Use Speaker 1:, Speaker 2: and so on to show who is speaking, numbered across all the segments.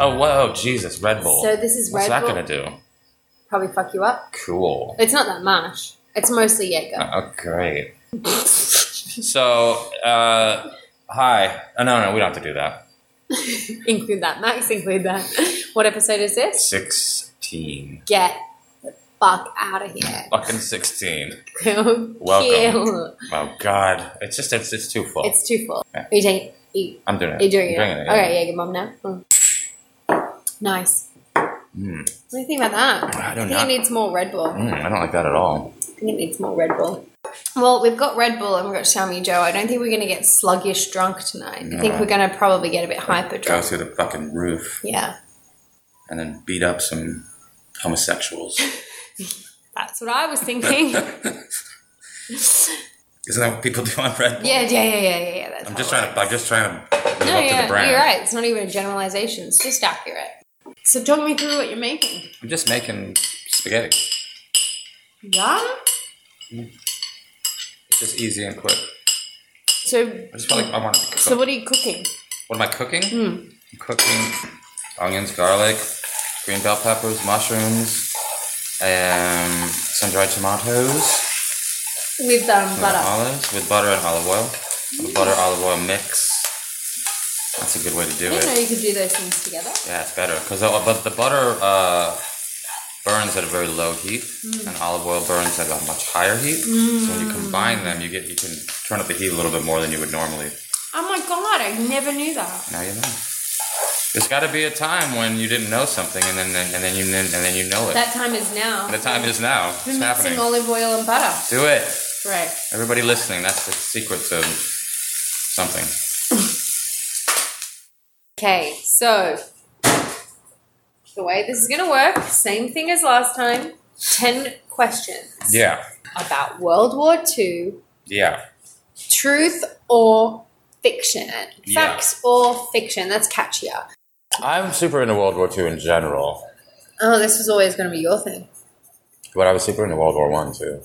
Speaker 1: Oh, whoa, Jesus, Red Bull.
Speaker 2: So this is
Speaker 1: What's
Speaker 2: Red
Speaker 1: that
Speaker 2: Bull.
Speaker 1: going to do?
Speaker 2: Probably fuck you up.
Speaker 1: Cool.
Speaker 2: It's not that much. It's mostly Jaeger.
Speaker 1: Oh, great. so, uh, hi. Oh, no, no, we don't have to do that.
Speaker 2: include that, Max. Include that. What episode is this?
Speaker 1: 16.
Speaker 2: Get the fuck out of here.
Speaker 1: Fucking 16.
Speaker 2: Welcome.
Speaker 1: Welcome. Oh, God. It's just, it's, it's too full.
Speaker 2: It's too full.
Speaker 1: Yeah.
Speaker 2: Are you taking? Are you,
Speaker 1: I'm doing it.
Speaker 2: are you doing it?
Speaker 1: I'm doing
Speaker 2: All right, Jaeger mom now. Mm. Nice.
Speaker 1: Mm.
Speaker 2: What do you think about that?
Speaker 1: I
Speaker 2: I
Speaker 1: don't
Speaker 2: think it
Speaker 1: know.
Speaker 2: needs more Red Bull.
Speaker 1: Mm, I don't like that at all.
Speaker 2: I think it needs more Red Bull. Well, we've got Red Bull and we've got Xiaomi Joe. I don't think we're going to get sluggish drunk tonight. I think
Speaker 1: No.
Speaker 2: we're going to probably get a bit hyper
Speaker 1: Go
Speaker 2: drunk.
Speaker 1: through the fucking roof
Speaker 2: Yeah,
Speaker 1: and then beat up some homosexuals.
Speaker 2: that's what I was thinking. yeah,
Speaker 1: Isn't that what people do on Red Bull?
Speaker 2: yeah, yeah, yeah, yeah. yeah. That's
Speaker 1: I'm
Speaker 2: how
Speaker 1: just
Speaker 2: it
Speaker 1: trying to, I'm just trying to live up to the brand.
Speaker 2: You're right. It's not even a generalization. It's just accurate. So talk me through what you're making.
Speaker 1: I'm just making spaghetti.
Speaker 2: Yeah.
Speaker 1: It's just easy and quick.
Speaker 2: So
Speaker 1: I just felt like I wanted to cook.
Speaker 2: so Hmm.
Speaker 1: what,
Speaker 2: what are you cooking?
Speaker 1: am I cooking? I'm cooking onions, garlic, green bell peppers, mushrooms, um, sun dried tomatoes,
Speaker 2: With um,
Speaker 1: and
Speaker 2: butter.
Speaker 1: olives with butter and olive oil. A butter olive oil mix. That's a good way to do
Speaker 2: I didn't
Speaker 1: it.
Speaker 2: know you could do those things together.
Speaker 1: Yeah, it's better because the, but the butter uh, burns at a very low heat,
Speaker 2: Hmm.
Speaker 1: and olive oil burns at a much higher heat. So when you combine them, you get you can turn up the heat a little bit more than you would normally.
Speaker 2: Oh my god! I never knew that.
Speaker 1: Now you know. There's got to be a time when you didn't know something, and then and then you and then you know it.
Speaker 2: That time is now.
Speaker 1: And the time is now. It's
Speaker 2: We're mixing
Speaker 1: happening.
Speaker 2: olive oil and butter.
Speaker 1: Do it,
Speaker 2: Right.
Speaker 1: everybody listening. That's the secret to something.
Speaker 2: Okay. So the way this is gonna work, same thing as last time. Ten questions
Speaker 1: Yeah,
Speaker 2: about World War II
Speaker 1: yeah.
Speaker 2: Truth or fiction?
Speaker 1: Yeah.
Speaker 2: Facts or fiction? That's catchier.
Speaker 1: I'm super into World War II in general,
Speaker 2: Oh, this was always going to be your thing.
Speaker 1: but I was super into World War One too.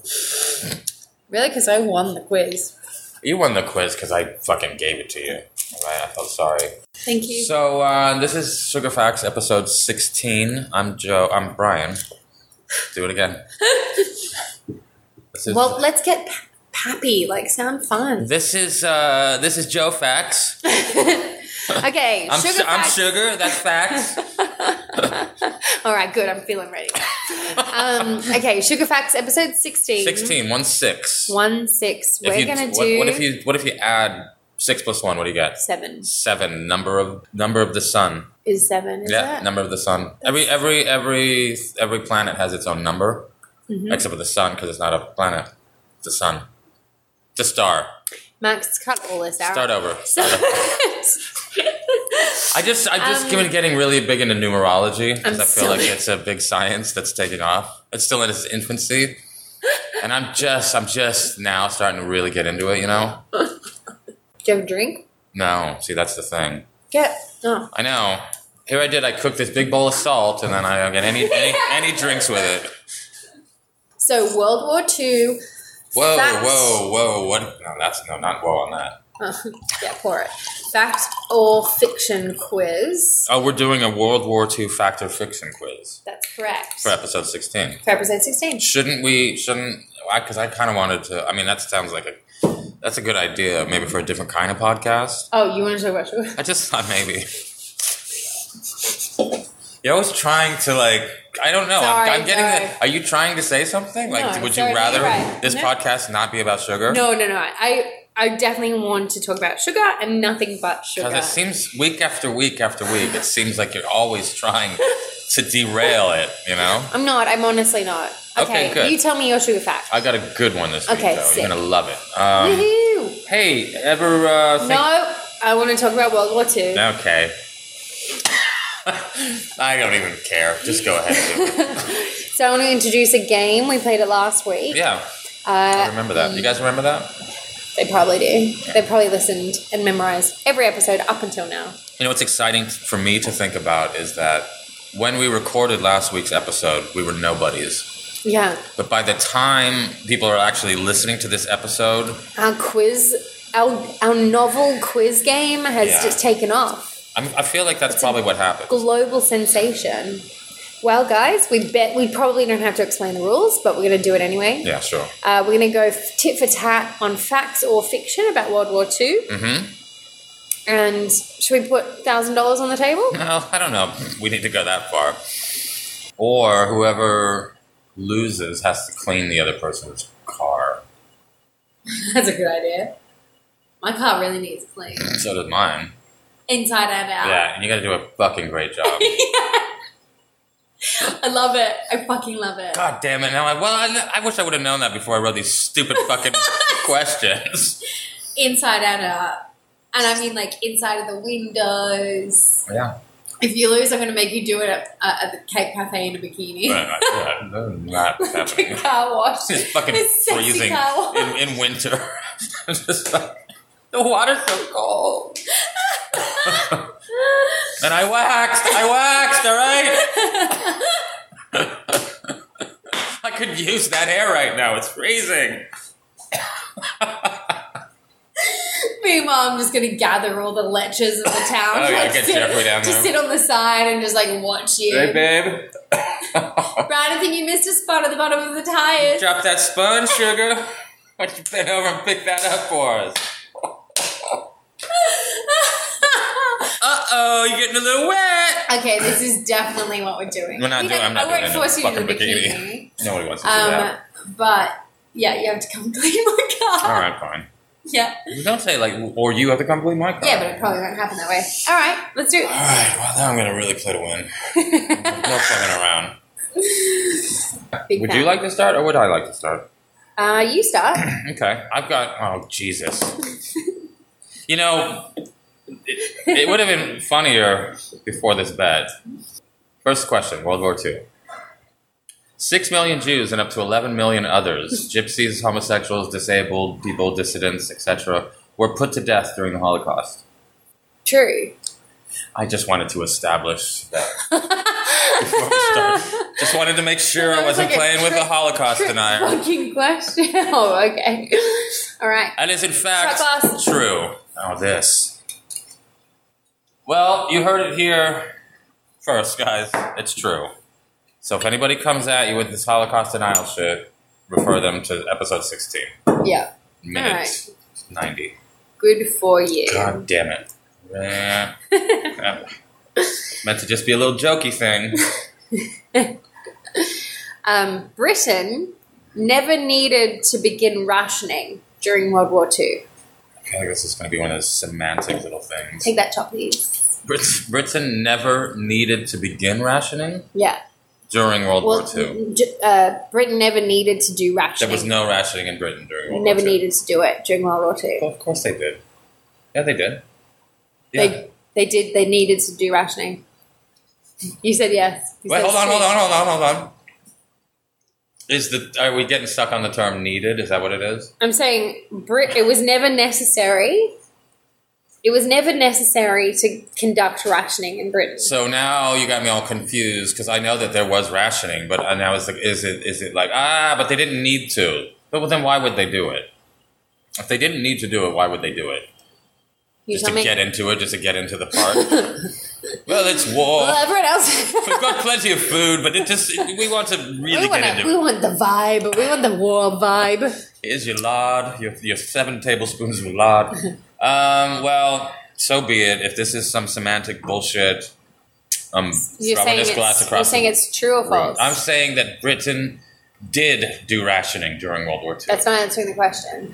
Speaker 2: Really? Because I won the quiz.
Speaker 1: You won the quiz because I fucking gave it to you. All right, I felt sorry.
Speaker 2: Thank you.
Speaker 1: So uh, this is Sugar Facts episode 16. I'm Joe. I'm Brian. Do it again. This is-
Speaker 2: well, let's get pa- pappy. Like, sound fun.
Speaker 1: This is uh, this is Joe Facts.
Speaker 2: Okay,
Speaker 1: I'm
Speaker 2: sugar
Speaker 1: su- I'm
Speaker 2: facts.
Speaker 1: sugar. That's facts.
Speaker 2: All right, good. I'm feeling ready. um, okay, sugar facts, episode 16.
Speaker 1: Sixteen. One six.
Speaker 2: One six.
Speaker 1: If
Speaker 2: We're
Speaker 1: you-
Speaker 2: going to
Speaker 1: what,
Speaker 2: do
Speaker 1: what if you what if you add six plus one? What do you get?
Speaker 2: seven.
Speaker 1: Seven. Number of number of the sun.
Speaker 2: Is seven, is
Speaker 1: yeah.
Speaker 2: it?
Speaker 1: Number of the sun. Every every every every planet has its own number,
Speaker 2: Mhm.
Speaker 1: except for the sun because it's not a planet. It's a sun. It's a star.
Speaker 2: Max, cut all this out.
Speaker 1: Start over.
Speaker 2: So-
Speaker 1: I just I just
Speaker 2: Um,
Speaker 1: been getting really big into numerology because
Speaker 2: I'm
Speaker 1: I feel
Speaker 2: so-
Speaker 1: like it's a big science that's taking off. It's still in its infancy, and I'm just I'm just now starting to really get into it. You know?
Speaker 2: do you have a drink?
Speaker 1: No, see that's the thing.
Speaker 2: Get. Oh.
Speaker 1: I know. Here I did. I cooked this big bowl of salt, and then I don't get any any, any drinks with it.
Speaker 2: So, World War Two.
Speaker 1: Whoa,
Speaker 2: Facts.
Speaker 1: whoa, whoa! What? No, that's no, not whoa on that.
Speaker 2: uh, yeah, pour it. Fact or fiction quiz.
Speaker 1: Oh, we're doing a World War II fact or fiction quiz
Speaker 2: That's correct.
Speaker 1: for episode sixteen.
Speaker 2: For episode 16.
Speaker 1: Shouldn't we? Shouldn't? Because I kind of wanted to. I mean, that sounds like a that's a good idea. Maybe for a different kind of podcast.
Speaker 2: Oh, you want to talk about sugar?
Speaker 1: I just thought maybe. You're always trying to like. I don't know.
Speaker 2: Sorry,
Speaker 1: I'm, I'm getting.
Speaker 2: sorry.
Speaker 1: The, are you trying to say something? Like,
Speaker 2: No,
Speaker 1: would
Speaker 2: sorry,
Speaker 1: you
Speaker 2: you're
Speaker 1: rather
Speaker 2: right.
Speaker 1: this
Speaker 2: No.
Speaker 1: podcast not be about sugar?
Speaker 2: No, no, no. I, I definitely want to talk about sugar and nothing but
Speaker 1: Because
Speaker 2: sugar.
Speaker 1: it seems week after week after week, it seems like you're always trying to derail it. You know.
Speaker 2: I'm not. I'm honestly not. Okay,
Speaker 1: Okay, good.
Speaker 2: you tell me your sugar fact.
Speaker 1: I got a good one this week.
Speaker 2: Okay,
Speaker 1: though.
Speaker 2: sick.
Speaker 1: You're gonna love it. Um,
Speaker 2: Woohoo!
Speaker 1: hey, ever uh, think
Speaker 2: No, I want to talk about World War Two.
Speaker 1: Okay. I don't even care. Just go ahead. and do it.
Speaker 2: So I want to introduce a game. We played it last week.
Speaker 1: Yeah, I
Speaker 2: Uh,
Speaker 1: remember that. You guys remember that?
Speaker 2: they probably do. They probably listened and memorized every episode up until now.
Speaker 1: You know what's exciting for me to think about is that when we recorded last week's episode, we were nobodies.
Speaker 2: Yeah.
Speaker 1: But by the time people are actually listening to this episode,
Speaker 2: our quiz our, our novel quiz game has
Speaker 1: Yeah.
Speaker 2: just taken off
Speaker 1: I'm, I feel like that's probably what happened.
Speaker 2: global sensation. Well, guys, we bet we probably don't have to explain the rules, but we're going to do it anyway.
Speaker 1: Yeah, sure.
Speaker 2: Uh, we're going to go f- tit for tat on facts or fiction about World War II.
Speaker 1: Mm-hmm.
Speaker 2: And should we put thousand dollars on the table?
Speaker 1: Well, I don't know. if We need to go that far. Or whoever loses has to clean the other person's car.
Speaker 2: That's a good idea. My car really needs clean,
Speaker 1: So does mine.
Speaker 2: inside and out.
Speaker 1: Yeah, and you gotta do a fucking great job.
Speaker 2: I love it. I fucking love it.
Speaker 1: God damn it. Now I, well, I, kn- I wish I would have known that before I wrote these stupid fucking questions.
Speaker 2: Inside and out. And I mean, like inside of the windows.
Speaker 1: Yeah.
Speaker 2: If you lose, I'm going to make you do it at, uh, at the Cape Cafe in a bikini.
Speaker 1: But, uh, yeah, that's not happening.
Speaker 2: car wash.
Speaker 1: It's just fucking
Speaker 2: It's sexy
Speaker 1: freezing
Speaker 2: towel.
Speaker 1: in, in winter. It's just like, the water's so cold. and I waxed. I waxed, all right? I could use that hair right now. It's freezing.
Speaker 2: Meanwhile, I'm just gonna gather all the lechers of the town.
Speaker 1: Oh, yeah,
Speaker 2: like,
Speaker 1: get
Speaker 2: sit-
Speaker 1: Jeffrey down
Speaker 2: Just
Speaker 1: there.
Speaker 2: sit on the side and just like watch you.
Speaker 1: Hey, babe.
Speaker 2: Brad, I think you missed a spot at the bottom of the tires.
Speaker 1: Drop that sponge, sugar. What you bent over and picked that up for us? Uh oh, you're getting a little wet.
Speaker 2: okay, this is definitely what we're doing.
Speaker 1: We're not
Speaker 2: You know,
Speaker 1: doing. I'm not
Speaker 2: I won't
Speaker 1: doing
Speaker 2: force
Speaker 1: it.
Speaker 2: you to
Speaker 1: Fucking
Speaker 2: the bikini.
Speaker 1: Nobody wants to do
Speaker 2: Um,
Speaker 1: that.
Speaker 2: but yeah, you have to come clean my car.
Speaker 1: All right, fine.
Speaker 2: Yeah,
Speaker 1: You don't say like, or you have to come clean my car.
Speaker 2: yeah, but it probably won't happen that way. All right, let's do it.
Speaker 1: All right. Well, now I'm gonna really play to win. No fucking around.
Speaker 2: Big
Speaker 1: Would
Speaker 2: fan.
Speaker 1: you like to start, or would I like to start?
Speaker 2: Uh, you start.
Speaker 1: Okay, I've got. Oh Jesus! you know, it, it would have been funnier before this bet. First question: World War II. Six million Jews and up to eleven million others, gypsies, homosexuals, disabled people, dissidents, etc., were put to death during the Holocaust.
Speaker 2: True.
Speaker 1: I just wanted to establish that before we started. Just wanted to make sure I
Speaker 2: That was
Speaker 1: wasn't
Speaker 2: like a
Speaker 1: playing with the
Speaker 2: trick-
Speaker 1: Holocaust denier.
Speaker 2: Fucking question. Oh, okay. All right.
Speaker 1: That is, in
Speaker 2: Shot
Speaker 1: fact,
Speaker 2: glass.
Speaker 1: true. Oh, this. Well, you heard it here first, guys. It's true. So if anybody comes at you with this Holocaust denial shit, refer them to episode 16.
Speaker 2: Yeah.
Speaker 1: Minutes 90.
Speaker 2: Good for you.
Speaker 1: God damn it. Yeah. Meant to just be a little jokey thing.
Speaker 2: um, Britain never needed to begin rationing during World War II.
Speaker 1: I feel like this is going to be one of those semantic little things.
Speaker 2: Take that top, please.
Speaker 1: Brit- Britain never needed to begin rationing
Speaker 2: Yeah.
Speaker 1: during World
Speaker 2: Well,
Speaker 1: War II.
Speaker 2: d- uh, Britain never needed to do
Speaker 1: There
Speaker 2: rationing.
Speaker 1: was no rationing in Britain during World
Speaker 2: never
Speaker 1: War II.
Speaker 2: needed to do it during World War II.
Speaker 1: Well, of course they did. Yeah, they did. Yeah.
Speaker 2: They they did. They needed to do rationing. You said yes. You
Speaker 1: Wait,
Speaker 2: said
Speaker 1: hold on,
Speaker 2: true.
Speaker 1: hold on, hold on, hold on. Is the are we getting stuck on the term needed? Is that what it is?
Speaker 2: I'm saying Brit. It was never necessary. It was never necessary to conduct rationing in Britain.
Speaker 1: So now you got me all confused because I know that there was rationing, but uh, now it's like, is it is it like ah? But they didn't need to. But well, then why would they do it? If they didn't need to do it, why would they do it?
Speaker 2: you
Speaker 1: just
Speaker 2: tell
Speaker 1: to
Speaker 2: me.
Speaker 1: get into it, just to get into the part. well, it's war.
Speaker 2: Well, everyone else.
Speaker 1: We've got plenty of food, but it just we want to really
Speaker 2: we want
Speaker 1: get into
Speaker 2: we
Speaker 1: it.
Speaker 2: want the vibe. We want the war vibe.
Speaker 1: Here's your lard, your, your seven tablespoons of lard. um, well, so be it. If this is some semantic bullshit, I'm
Speaker 2: You're
Speaker 1: rubbing
Speaker 2: saying
Speaker 1: this
Speaker 2: it's,
Speaker 1: glass
Speaker 2: you're
Speaker 1: across
Speaker 2: saying
Speaker 1: the
Speaker 2: it's true or
Speaker 1: room.
Speaker 2: false.
Speaker 1: I'm saying that Britain did do rationing during World War II.
Speaker 2: That's not answering the question.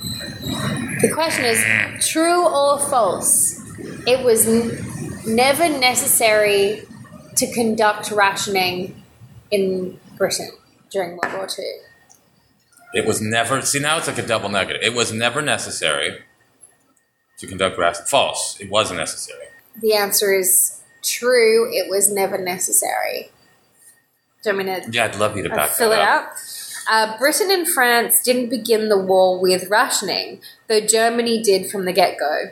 Speaker 2: The question is true or false. It was n- never necessary to conduct rationing in Britain during World War II.
Speaker 1: It was never. See, now it's like a double negative. It was never necessary to conduct rationing. False. It was necessary.
Speaker 2: The answer is true. It was never necessary. Do you want me to
Speaker 1: Yeah, I'd love you to
Speaker 2: Uh,
Speaker 1: back
Speaker 2: fill
Speaker 1: that
Speaker 2: it
Speaker 1: up.
Speaker 2: up. Uh, Britain and France didn't begin the war with rationing, though Germany did from the get go.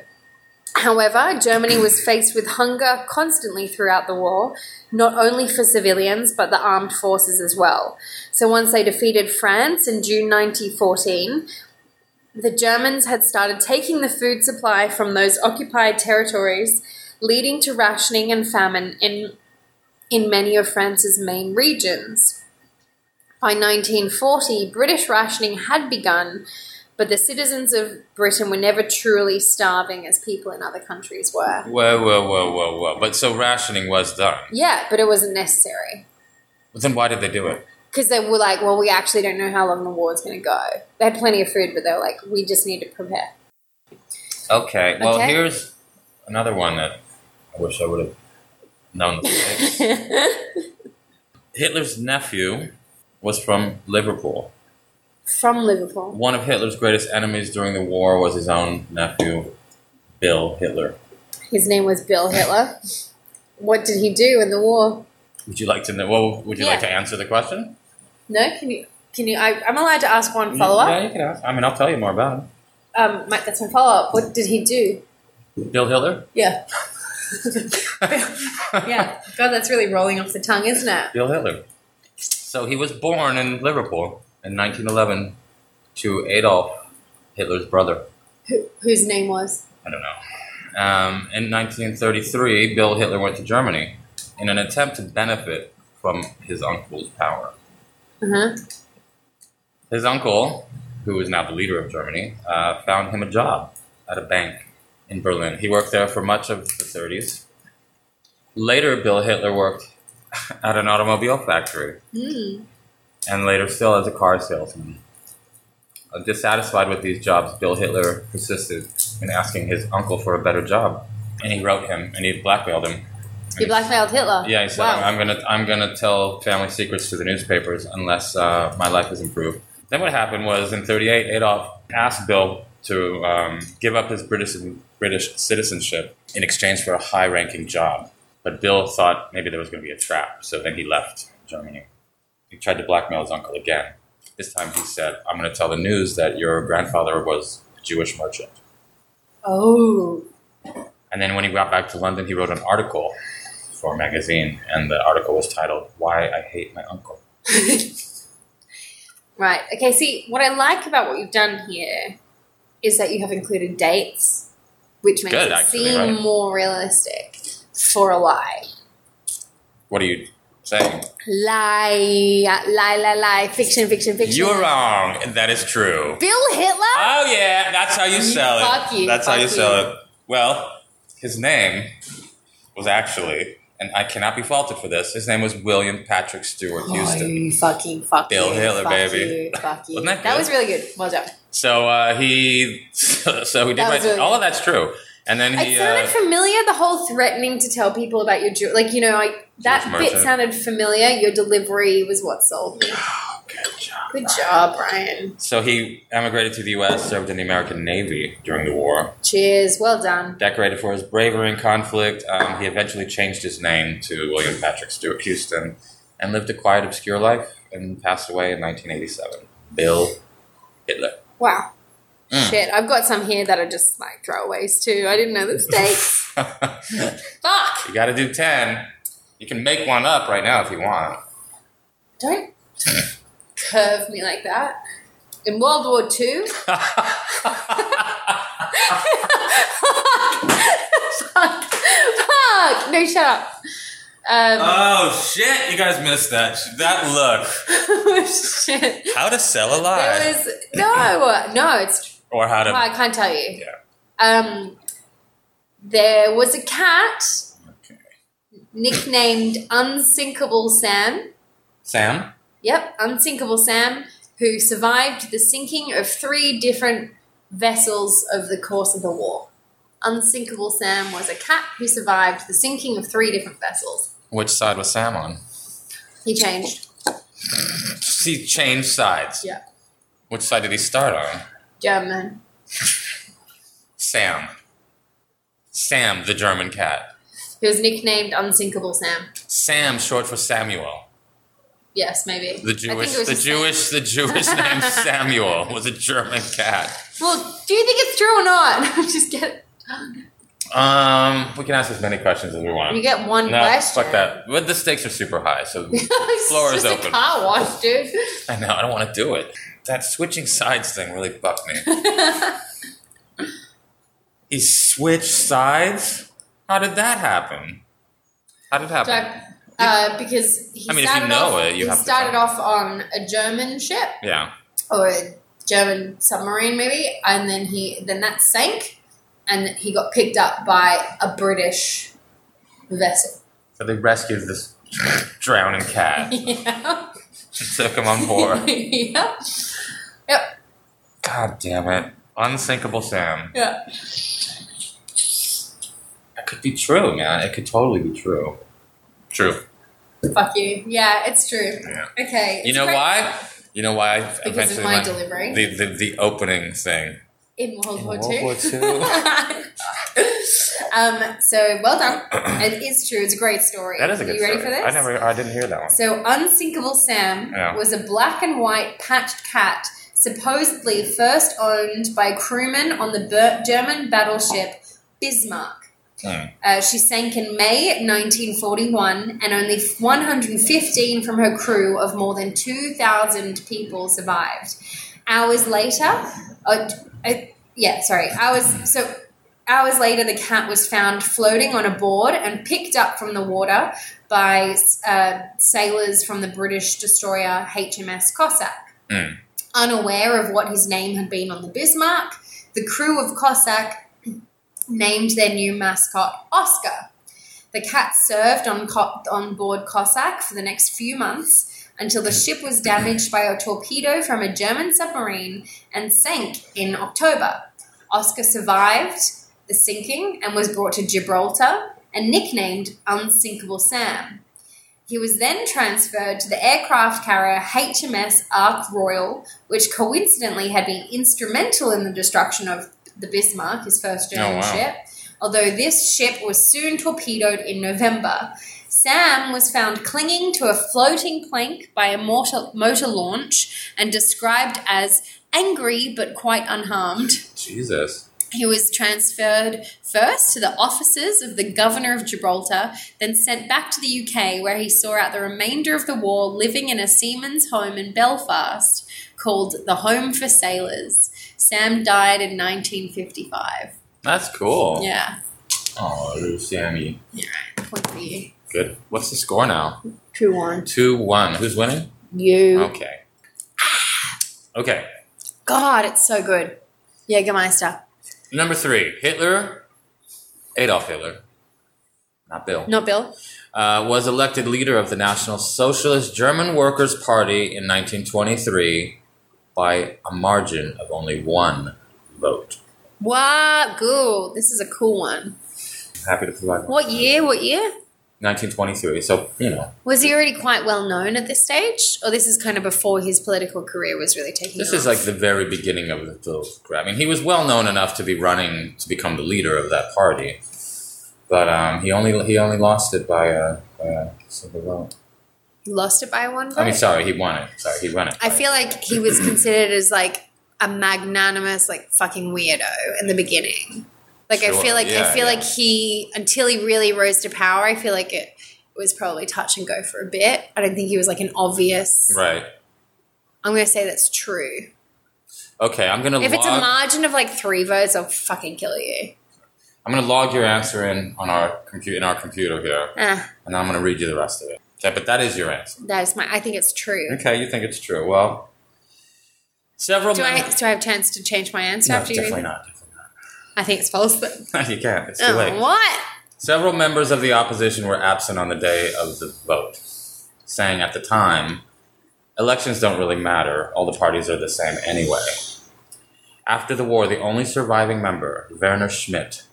Speaker 2: However, Germany was faced with hunger constantly throughout the war, not only for civilians but the armed forces as well. So once they defeated France in June 1914, the Germans had started taking the food supply from those occupied territories leading to rationing and famine in, in many of France's main regions. By 1940, British rationing had begun, but the citizens of Britain were never truly starving as people in other countries were.
Speaker 1: Whoa, whoa, whoa, whoa, whoa. But so rationing was done.
Speaker 2: Yeah, but it wasn't necessary.
Speaker 1: But then why did they do it?
Speaker 2: Because they were like, well, we actually don't know how long the war's going to go. They had plenty of food, but they were like, we just need to prepare.
Speaker 1: Okay, well,
Speaker 2: Okay.
Speaker 1: here's another one that I wish I would have known. the lyrics. Hitler's nephew was from Liverpool.
Speaker 2: From Liverpool.
Speaker 1: One of Hitler's greatest enemies during the war was his own nephew, Bill Hitler.
Speaker 2: His name was Bill Hitler. What did he do in the war?
Speaker 1: Would you like to know? Well, would you like to answer the question?
Speaker 2: No, can you? Can you? I, I'm allowed to ask one follow up.
Speaker 1: Yeah, you can ask. I mean, I'll tell you more about him.
Speaker 2: Um, Mike, that's my follow up. What did he do?
Speaker 1: Bill Hitler.
Speaker 2: Yeah, yeah. God, that's really rolling off the tongue, isn't it?
Speaker 1: Bill Hitler. So he was born in Liverpool in 1911 to Adolf Hitler's brother.
Speaker 2: Who, whose name was?
Speaker 1: I don't know. Um, in 1933, Bill Hitler went to Germany in an attempt to benefit from his uncle's power.
Speaker 2: Uh huh.
Speaker 1: His uncle, who is now the leader of Germany, uh, found him a job at a bank in Berlin. He worked there for much of the 30s. Later, Bill Hitler worked at an automobile factory Hmm.
Speaker 2: Mm.
Speaker 1: and later still as a car salesman. Uh, dissatisfied with these jobs, Bill Hitler persisted in asking his uncle for a better job, and he wrote him and he blackmailed him.
Speaker 2: He blackmailed Hitler.
Speaker 1: Yeah, he said, um,
Speaker 2: Wow.
Speaker 1: "I'm gonna, I'm gonna tell family secrets to the newspapers unless uh, my life is improved." Then what happened was in '38, Adolf asked Bill to um, give up his British British citizenship in exchange for a high-ranking job, but Bill thought maybe there was going to be a trap, so then he left Germany. He tried to blackmail his uncle again. This time he said, "I'm going to tell the news that your grandfather was a Jewish merchant."
Speaker 2: Oh,
Speaker 1: And then when he got back to London, he wrote an article for a magazine, and the article was titled "Why I Hate My Uncle."
Speaker 2: right. Okay. See, what I like about what you've done here is that you have included dates, which makes
Speaker 1: Good,
Speaker 2: it
Speaker 1: actually,
Speaker 2: seem
Speaker 1: right?
Speaker 2: more realistic for a lie.
Speaker 1: What are you saying?
Speaker 2: Lie, lie, lie, lie. Fiction, fiction, fiction.
Speaker 1: You're wrong. That is true.
Speaker 2: Bill Hitler?
Speaker 1: Oh yeah, that's how you sell it.
Speaker 2: Fuck you,
Speaker 1: That's how
Speaker 2: fuck
Speaker 1: you sell
Speaker 2: you.
Speaker 1: it. Well, his name was actually, and I cannot be faulted for this. His name was William Patrick Stewart
Speaker 2: Oh,
Speaker 1: Houston.
Speaker 2: you fucking fuck
Speaker 1: Bill
Speaker 2: you,
Speaker 1: Hitler,
Speaker 2: fuck
Speaker 1: baby.
Speaker 2: You, fuck you.
Speaker 1: Wasn't that good?
Speaker 2: was really good. Well done.
Speaker 1: So uh, he, so he did.
Speaker 2: That
Speaker 1: my-
Speaker 2: was really
Speaker 1: all of that's true. And then he.
Speaker 2: it sounded
Speaker 1: uh,
Speaker 2: familiar. The whole threatening to tell people about your Jew, like you know, I that
Speaker 1: Jewish
Speaker 2: bit
Speaker 1: merchant.
Speaker 2: sounded familiar. Your delivery was what sold me.
Speaker 1: good job.
Speaker 2: Good job, Brian.
Speaker 1: So he emigrated to the U.S., served in the American Navy during the war,
Speaker 2: Cheers. Well done.
Speaker 1: decorated for his bravery in conflict. Um, he eventually changed his name to William Patrick Stewart Houston and lived a quiet, obscure life and passed away in 1987. Bill Hitler.
Speaker 2: Wow.
Speaker 1: Mm.
Speaker 2: Shit, I've got some here that are just like throwaways too. I didn't know the dates.
Speaker 1: you
Speaker 2: Fuck.
Speaker 1: got to do 10. You can make one up right now if you want.
Speaker 2: Don't curve me like that. In World War Two. fuck. Fuck. No, shut up. Um,
Speaker 1: oh, shit. You guys missed that. That look. Uh,
Speaker 2: shit.
Speaker 1: How to sell a
Speaker 2: There was no, no. It's
Speaker 1: Or how
Speaker 2: well, I can't tell you.
Speaker 1: Yeah.
Speaker 2: Um, there was a cat
Speaker 1: Okay.
Speaker 2: nicknamed Unsinkable Sam.
Speaker 1: Sam?
Speaker 2: Yep, Unsinkable Sam, who survived the sinking of three different vessels over the course of the war. Unsinkable Sam was a cat who survived the sinking of three different vessels.
Speaker 1: Which side was Sam on?
Speaker 2: He changed.
Speaker 1: He changed sides.
Speaker 2: Yeah.
Speaker 1: Which side did he start on?
Speaker 2: German.
Speaker 1: Sam. Sam, the German cat.
Speaker 2: He was nicknamed Unsinkable Sam.
Speaker 1: Sam, short for Samuel.
Speaker 2: Yes, maybe.
Speaker 1: The
Speaker 2: I
Speaker 1: Jewish,
Speaker 2: think it was
Speaker 1: the
Speaker 2: just-
Speaker 1: Jewish, the Jewish name Samuel was a German cat.
Speaker 2: Well, do you think it's true or not? just get
Speaker 1: Um, we can ask as many questions as we want.
Speaker 2: you get one
Speaker 1: no,
Speaker 2: question.
Speaker 1: fuck that. But the stakes are super high, so
Speaker 2: It's
Speaker 1: Floor is
Speaker 2: just
Speaker 1: open.
Speaker 2: a car wash, dude.
Speaker 1: I know I don't want to do it. That switching sides thing really fucked me. he switched sides. How did that happen? How did it happen?
Speaker 2: Jack, uh, because he
Speaker 1: I mean, if you
Speaker 2: started
Speaker 1: know
Speaker 2: off,
Speaker 1: it, you
Speaker 2: he
Speaker 1: have to
Speaker 2: started
Speaker 1: tell.
Speaker 2: off on a German ship
Speaker 1: yeah.
Speaker 2: or a German submarine, maybe, and then he then that sank, and he got picked up by a British vessel.
Speaker 1: So they rescued this drowning cat and
Speaker 2: Yeah.
Speaker 1: took him on board.
Speaker 2: yeah.
Speaker 1: God damn it. Unsinkable Sam.
Speaker 2: Yeah.
Speaker 1: That could be true, man. It could totally be true. True.
Speaker 2: Fuck you. Yeah, it's true.
Speaker 1: Yeah.
Speaker 2: Okay.
Speaker 1: You
Speaker 2: it's
Speaker 1: know
Speaker 2: great-
Speaker 1: why? You know why? I
Speaker 2: Because of
Speaker 1: eventually
Speaker 2: my
Speaker 1: went-
Speaker 2: delivery
Speaker 1: the, the, the opening thing.
Speaker 2: in World
Speaker 1: In
Speaker 2: War
Speaker 1: World
Speaker 2: Two.
Speaker 1: War Two.
Speaker 2: um, so well done. it is true. It's a great story.
Speaker 1: That is a good
Speaker 2: Are you ready
Speaker 1: story.
Speaker 2: for this?
Speaker 1: I never I didn't hear that one.
Speaker 2: So, Unsinkable Sam
Speaker 1: Yeah.
Speaker 2: was a black and white patched cat, supposedly first owned by crewmen on the Ber- German battleship Bismarck.
Speaker 1: Hmm.
Speaker 2: Uh, she sank in May 1941, and only 115 from her crew of more than 2,000 people survived. Hours later, uh, uh, yeah, sorry, hours. So hours later, the cat was found floating on a board and picked up from the water by uh, sailors from the British destroyer HMS Cossack.
Speaker 1: Mm.
Speaker 2: Unaware of what his name had been on the Bismarck, the crew of Cossack named their new mascot Oscar. The cat served on, co- on board Cossack for the next few months until the ship was damaged by a torpedo from a German submarine and sank in October. Oscar survived the sinking and was brought to Gibraltar and nicknamed Unsinkable Sam. He was then transferred to the aircraft carrier HMS Ark Royal, which coincidentally had been instrumental in the destruction of the Bismarck, his first German
Speaker 1: Oh, wow.
Speaker 2: ship, although this ship was soon torpedoed in November. Sam was found clinging to a floating plank by a motor, motor launch and described as angry but quite unharmed.
Speaker 1: Jesus.
Speaker 2: He was transferred first to the offices of the governor of Gibraltar, then sent back to the UK, where he saw out the remainder of the war living in a seaman's home in Belfast called the Home for Sailors. Sam died in 1955.
Speaker 1: That's cool.
Speaker 2: Yeah,
Speaker 1: Oh, little Sammy.
Speaker 2: point for you.
Speaker 1: Good. What's the score now?
Speaker 3: Two one.
Speaker 1: Two one. Who's winning?
Speaker 3: You.
Speaker 1: Okay. Okay.
Speaker 2: God, it's so good. Jägermeister.
Speaker 1: Number three, Hitler, Adolf Hitler, not Bill,
Speaker 2: Not Bill.
Speaker 1: uh, was elected leader of the National Socialist German Workers' Party in 1923 by a margin of only one vote.
Speaker 2: Wow, cool. This is a cool one.
Speaker 1: Happy to provide
Speaker 2: What year? What year?
Speaker 1: 1923. So you know,
Speaker 2: Was he already quite well known at this stage? Or this is kind of before his political career was really taking
Speaker 1: this
Speaker 2: off?
Speaker 1: is like the very beginning of the Bill's I mean, he was well known enough to be running to become the leader of that party, but um, he only he only lost it by a, by a single vote.
Speaker 2: He lost it by one vote.
Speaker 1: I mean, sorry, he won it. Sorry, he won it.
Speaker 2: I feel like he was considered as like a magnanimous, like fucking weirdo in the beginning. Like I
Speaker 1: Sure,
Speaker 2: feel like I
Speaker 1: yeah,
Speaker 2: feel
Speaker 1: yeah.
Speaker 2: like he until he really rose to power, I feel like it was probably touch and go for a bit. I don't think he was like an obvious
Speaker 1: right.
Speaker 2: I'm gonna say that's true.
Speaker 1: Okay, I'm gonna
Speaker 2: If it's a
Speaker 1: log-
Speaker 2: margin of like three votes, I'll fucking kill you.
Speaker 1: I'm gonna log your answer in on our computer in our computer here,
Speaker 2: Ah,
Speaker 1: and then I'm gonna read you the rest of it. Okay, but that is your answer.
Speaker 2: that is my I think it's true.
Speaker 1: Okay, you think it's true? Well, several.
Speaker 2: Do
Speaker 1: men-
Speaker 2: I do I have a chance to change my answer
Speaker 1: No,
Speaker 2: after you?
Speaker 1: definitely
Speaker 2: read-
Speaker 1: not.
Speaker 2: I think it's false. Then.
Speaker 1: definitely not. you can't. It's too
Speaker 2: Oh,
Speaker 1: late.
Speaker 2: what?
Speaker 1: Several members of the opposition were absent on the day of the vote, saying at the time, elections don't really matter, all the parties are the same anyway. After the war, the only surviving member, Werner Schmidt,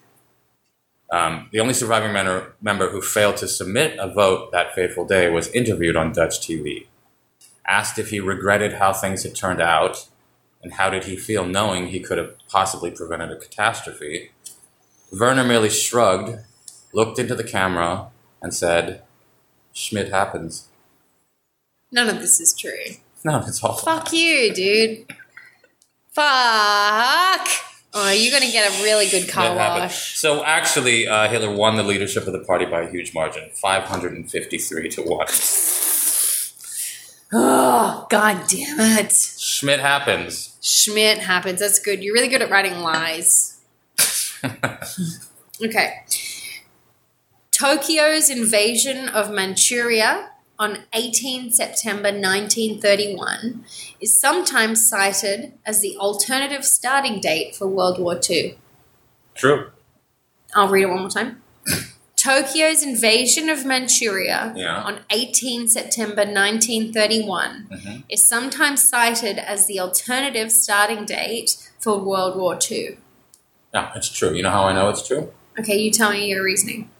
Speaker 1: um, the only surviving member, member who failed to submit a vote that fateful day was interviewed on Dutch TV. Asked if he regretted how things had turned out and how did he feel knowing he could have possibly prevented a catastrophe, Werner merely shrugged looked into the camera and said, Schmidt happens.
Speaker 2: None of this is true.
Speaker 1: No, it's all
Speaker 2: Fuck you, dude. Fuck. Oh, you're gonna get a really good
Speaker 1: Schmidt
Speaker 2: car
Speaker 1: happened.
Speaker 2: wash.
Speaker 1: So actually, uh, Hitler won the leadership of the party by a huge margin 553 to 1.
Speaker 2: Oh, god damn it.
Speaker 1: Schmidt happens.
Speaker 2: Schmidt happens. That's good. You're really good at writing lies. Okay. Tokyo's invasion of Manchuria on 18 September 1931 is sometimes cited as the alternative starting date for World War II.
Speaker 1: True.
Speaker 2: I'll read it one more time. Tokyo's invasion of Manchuria
Speaker 1: Yeah.
Speaker 2: on 18 September 1931
Speaker 1: Mhm.
Speaker 2: is sometimes cited as the alternative starting date for World War II.
Speaker 1: Yeah, it's true. You know how I know it's true?
Speaker 2: Okay, you tell me your reasoning.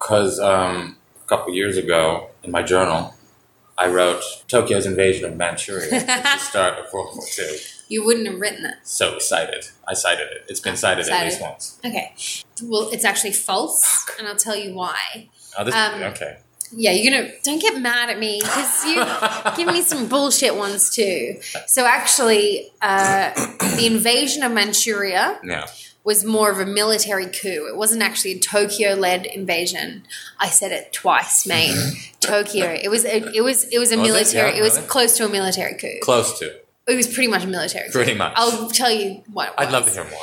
Speaker 1: Because um, a couple years ago in my journal, I wrote Tokyo's invasion of Manchuria is the start of World War II.
Speaker 2: You wouldn't have written that.
Speaker 1: So excited. I cited it. It's been cited at
Speaker 2: Cited.
Speaker 1: least once.
Speaker 2: Okay. Well, it's actually false, and I'll tell you why.
Speaker 1: Oh, this,
Speaker 2: Um,
Speaker 1: okay.
Speaker 2: Yeah, you're gonna don't get mad at me because you give me some bullshit ones too. So actually, uh, the invasion of Manchuria
Speaker 1: Yeah.
Speaker 2: was more of a military coup. It wasn't actually a Tokyo-led invasion. I said it twice, mate. Tokyo. It was. A, it was. It was a
Speaker 1: Mm-hmm. Was it?
Speaker 2: military.
Speaker 1: Yeah,
Speaker 2: it was
Speaker 1: really?
Speaker 2: close to a military coup.
Speaker 1: Close to.
Speaker 2: it was pretty much a military.
Speaker 1: Pretty
Speaker 2: coup.
Speaker 1: much.
Speaker 2: I'll tell you what. it
Speaker 1: I'd love
Speaker 2: was
Speaker 1: to hear more.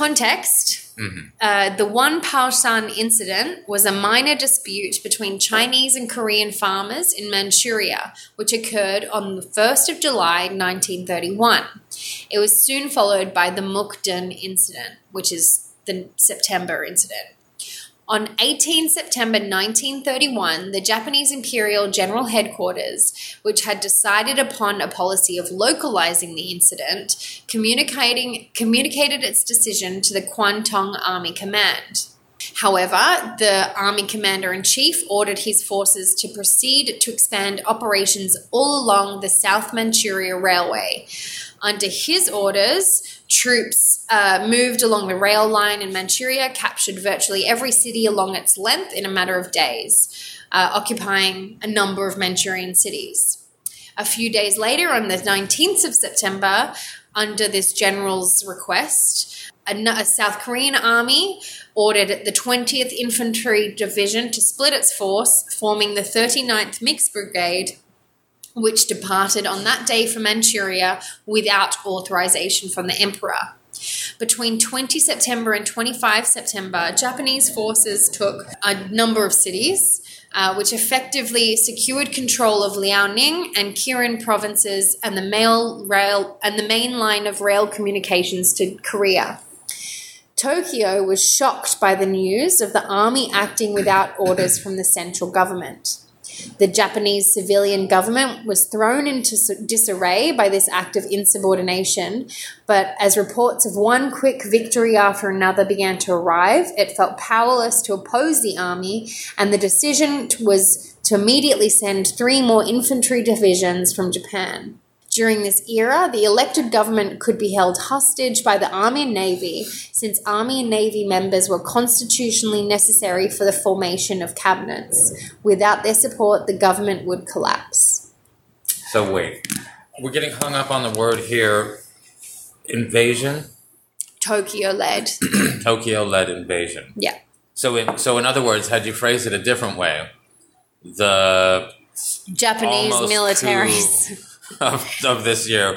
Speaker 2: context
Speaker 1: Mhm.
Speaker 2: uh, the one San incident was a minor dispute between Chinese and Korean farmers in Manchuria, which occurred on the 1st of July 1931. It was soon followed by the Mukden incident, which is the September incident. On 18 September 1931, the Japanese Imperial General Headquarters, which had decided upon a policy of localizing the incident, communicating, communicated its decision to the Kwantung Army Command. However, the Army Commander in Chief ordered his forces to proceed to expand operations all along the South Manchuria Railway. Under his orders, troops uh, moved along the rail line in Manchuria, captured virtually every city along its length in a matter of days, uh, occupying a number of Manchurian cities. A few days later, on the 19th of September, under this general's request, a, n- a South Korean army ordered the 20th Infantry Division to split its force, forming the 39th Mixed Brigade, which departed on that day for Manchuria without authorization from the emperor. Between 20 September and 25 September, Japanese forces took a number of cities, uh, which effectively secured control of Liaoning and Kirin provinces and the mail rail and the main line of rail communications to Korea. Tokyo was shocked by the news of the army acting without orders from the central government. The Japanese civilian government was thrown into s- disarray by this act of insubordination, but as reports of one quick victory after another began to arrive, it felt powerless to oppose the army, and the decision t- was to immediately send three more infantry divisions from Japan. During this era, the elected government could be held hostage by the Army and Navy, since Army and Navy members were constitutionally necessary for the formation of cabinets. Without their support, the government would collapse.
Speaker 1: So wait. We're getting hung up on the word here invasion,
Speaker 2: Tokyo led.
Speaker 1: Tokyo led invasion.
Speaker 2: yeah.
Speaker 1: So, in, so in other words, had you phrased it a different way, the
Speaker 2: Japanese
Speaker 1: almost
Speaker 2: militaries.
Speaker 1: coup of, of this year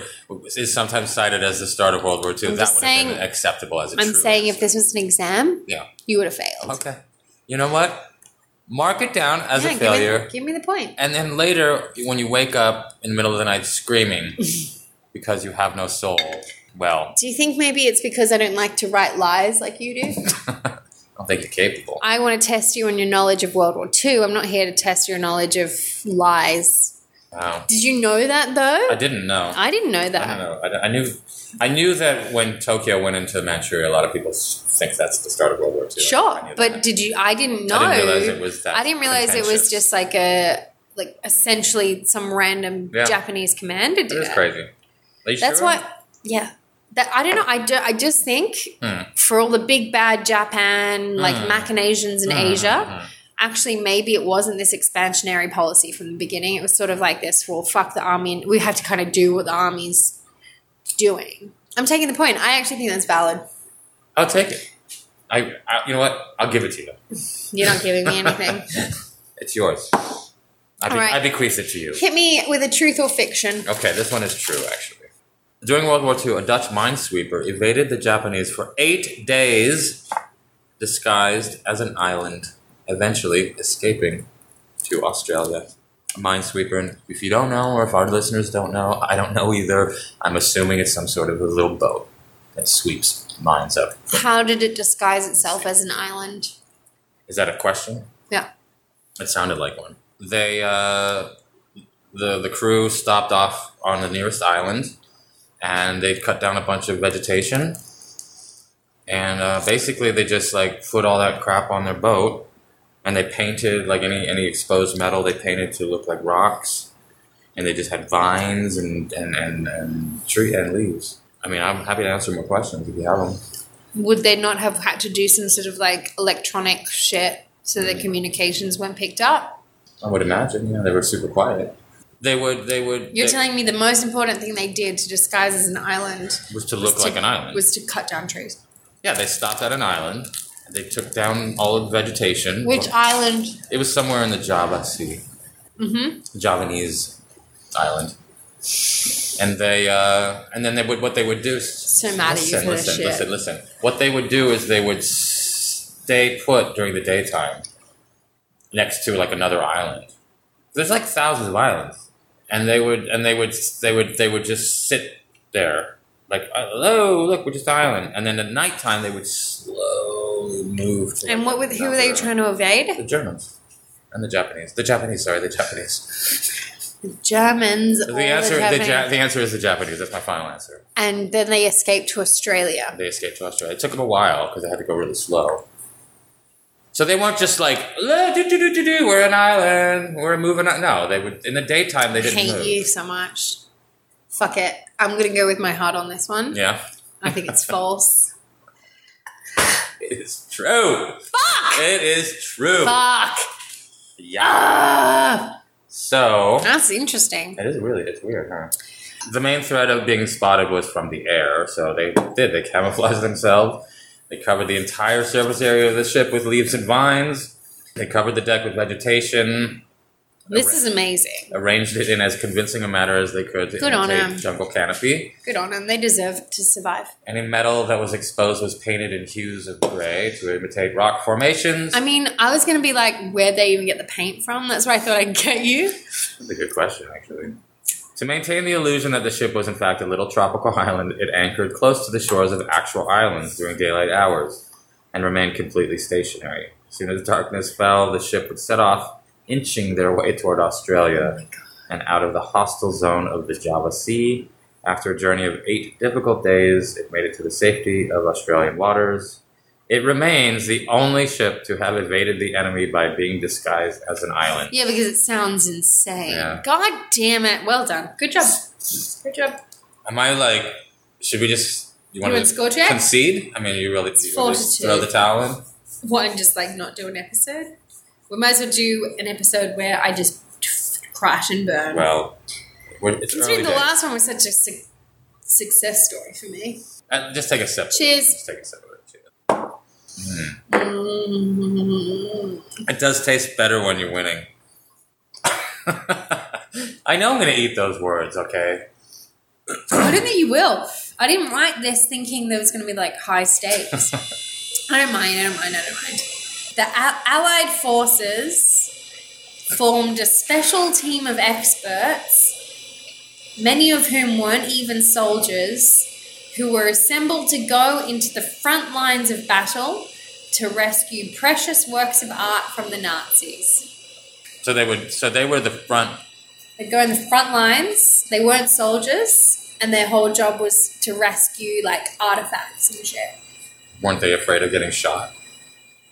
Speaker 1: is sometimes cited as the start of World War II.
Speaker 2: I'm
Speaker 1: that
Speaker 2: just
Speaker 1: would have been
Speaker 2: saying-
Speaker 1: acceptable as a
Speaker 2: I'm
Speaker 1: truism.
Speaker 2: saying if this was an exam,
Speaker 1: yeah.
Speaker 2: you would have failed.
Speaker 1: Okay. You know what? Mark it down as
Speaker 2: Yeah,
Speaker 1: a
Speaker 2: give me-
Speaker 1: failure,
Speaker 2: Give me, the point.
Speaker 1: and then later, when you wake up in the middle of the night screaming because you have no soul, well,
Speaker 2: Do you think maybe it's because I don't like to write lies like you do?
Speaker 1: I don't think you're capable.
Speaker 2: I want to test you on your knowledge of World War II. I'm not here to test your knowledge of lies.
Speaker 1: Wow.
Speaker 2: Did you know that though?
Speaker 1: I didn't know.
Speaker 2: I didn't know
Speaker 1: I don't
Speaker 2: that.
Speaker 1: know. I, I knew. I knew that when Tokyo went into Manchuria, a lot of people s- think that's the start of World War II. I
Speaker 2: Sure,
Speaker 1: knew
Speaker 2: but
Speaker 1: that.
Speaker 2: did you? I didn't know.
Speaker 1: I didn't realize it was that.
Speaker 2: I didn't realize it was
Speaker 1: contentious.
Speaker 2: just like a like essentially some random
Speaker 1: Yeah.
Speaker 2: Japanese commander did
Speaker 1: It is
Speaker 2: it.
Speaker 1: crazy. Are you
Speaker 2: uh, That's
Speaker 1: sure?
Speaker 2: why, yeah. That I don't know. I, do, I just think
Speaker 1: Hmm.
Speaker 2: for all the big bad Japan, like
Speaker 1: Hmm.
Speaker 2: machinations in
Speaker 1: Mm,
Speaker 2: Asia,
Speaker 1: mm.
Speaker 2: actually maybe it wasn't this expansionary policy from the beginning. It was sort of like this: well, fuck the army, and we have to kind of do what the army's doing. I'm taking the point. I actually think that's valid.
Speaker 1: I'll take it. I, I, you know what? I'll give it to you.
Speaker 2: You're not giving me anything.
Speaker 1: It's yours. I, be-
Speaker 2: All right.
Speaker 1: I bequeath it to you.
Speaker 2: Hit me with a truth or fiction.
Speaker 1: Okay, this one is true actually. During World War II, a Dutch minesweeper evaded the Japanese for eight days, disguised as an island eventually escaping to Australia. Minesweeper, and if you don't know, or if our listeners don't know, I don't know either. I'm assuming it's some sort of a little boat that sweeps mines up.
Speaker 2: How did it disguise itself as an island?
Speaker 1: Is that a question?
Speaker 2: Yeah.
Speaker 1: It sounded like one. They, uh, the the crew stopped off on the nearest island, and they cut down a bunch of vegetation, and uh, basically they just like put all that crap on their boat, and they painted like any any exposed metal they painted to look like rocks, and they just had vines and and and, and tree and leaves. I mean, I'm happy to answer more questions if you have them.
Speaker 2: Would they not have had to do some sort of like electronic shit so that communications weren't picked up?
Speaker 1: I would imagine. Yeah, they were super quiet. They would. They would.
Speaker 2: You're
Speaker 1: they-
Speaker 2: telling me the most important thing they did to disguise as an island
Speaker 1: was to look like an island.
Speaker 2: was to cut down trees.
Speaker 1: yeah, they stopped at an island. They took down all of the vegetation.
Speaker 2: Which island?
Speaker 1: It was somewhere in the Java Sea,
Speaker 2: Mm-hmm.
Speaker 1: Javanese island. And they, uh, and then they would. What they would do. So
Speaker 2: mad at you
Speaker 1: listen,
Speaker 2: for this
Speaker 1: listen,
Speaker 2: shit.
Speaker 1: listen, listen. What they would do is they would stay put during the daytime, next to like another island. There's like thousands of islands, and they would, and they would, they would, they would just sit there, like, uh, hello, look, we're just an island. And then at nighttime, they would slowly move. To
Speaker 2: And
Speaker 1: like,
Speaker 2: what were, who were they
Speaker 1: another-
Speaker 2: trying to evade?
Speaker 1: the Germans and the Japanese. The Japanese, sorry, the Japanese.
Speaker 2: The Germans.
Speaker 1: The
Speaker 2: or
Speaker 1: answer, the,
Speaker 2: Oh, Japanese.
Speaker 1: ja- the answer is the Japanese. That's my final answer.
Speaker 2: and then they escaped to Australia.
Speaker 1: They escaped to Australia. It took them a while because they had to go really slow. So they weren't just like "La, do, do, do, do, do, we're an island, we're moving on. No, they would in the daytime they
Speaker 2: I
Speaker 1: didn't
Speaker 2: hate
Speaker 1: move.
Speaker 2: you so much. Fuck it. I'm gonna go with my heart on this one.
Speaker 1: Yeah,
Speaker 2: I think it's false.
Speaker 1: it is true.
Speaker 2: Fuck!
Speaker 1: It is true.
Speaker 2: Fuck!
Speaker 1: Yeah.
Speaker 2: Ah!
Speaker 1: So
Speaker 2: That's interesting.
Speaker 1: It is really, it's weird, huh? The main threat of being spotted was from the air, so they did. They camouflaged themselves. They covered the entire surface area of the ship with leaves and vines. They covered the deck with vegetation,
Speaker 2: This is amazing.
Speaker 1: arranged it in as convincing a manner as they could to
Speaker 2: Good on
Speaker 1: imitate
Speaker 2: them.
Speaker 1: jungle canopy.
Speaker 2: Good on them. They deserve to survive.
Speaker 1: Any metal that was exposed was painted in hues of gray to imitate rock formations.
Speaker 2: I mean, I was gonna be like, where'd they even get the paint from? That's where I thought I'd get you.
Speaker 1: That's a good question, actually. To maintain the illusion that the ship was in fact a little tropical island, it anchored close to the shores of actual islands during daylight hours and remained completely stationary. As soon as darkness fell, the ship would set off, inching their way toward Australia and out of the hostile zone of the Java Sea. After a journey of eight difficult days, it made it to the safety of Australian waters. It remains the only ship to have evaded the enemy by being disguised as an island.
Speaker 2: Yeah, because it sounds insane.
Speaker 1: Yeah.
Speaker 2: God damn it. Well done. Good job. Good job.
Speaker 1: Am I like? Should we just? You
Speaker 2: You
Speaker 1: want
Speaker 2: want
Speaker 1: to
Speaker 2: score check?
Speaker 1: concede? I mean, you really,
Speaker 2: It's
Speaker 1: you really
Speaker 2: fortitude.
Speaker 1: throw the towel in.
Speaker 2: What and just like not do an episode? We might as well do an episode where I just crash and burn.
Speaker 1: Well, we're, it's early
Speaker 2: Considering the
Speaker 1: days.
Speaker 2: last one was such a su- success story for me.
Speaker 1: Uh, just take a sip.
Speaker 2: Cheers.
Speaker 1: Just take a sip of it. too.
Speaker 2: Mm.
Speaker 1: It does taste better when you're winning. I know I'm gonna eat those words. Okay.
Speaker 2: I don't think you will. I didn't write this thinking there was going to be like high stakes. I don't mind. I don't mind. I don't mind. The Al- Allied forces formed a special team of experts, many of whom weren't even soldiers, who were assembled to go into the front lines of battle to rescue precious works of art from the Nazis.
Speaker 1: So they would. So they were the front.
Speaker 2: They'd go in the front lines. They weren't soldiers, and their whole job was to rescue like artifacts and shit.
Speaker 1: Weren't they afraid of getting shot?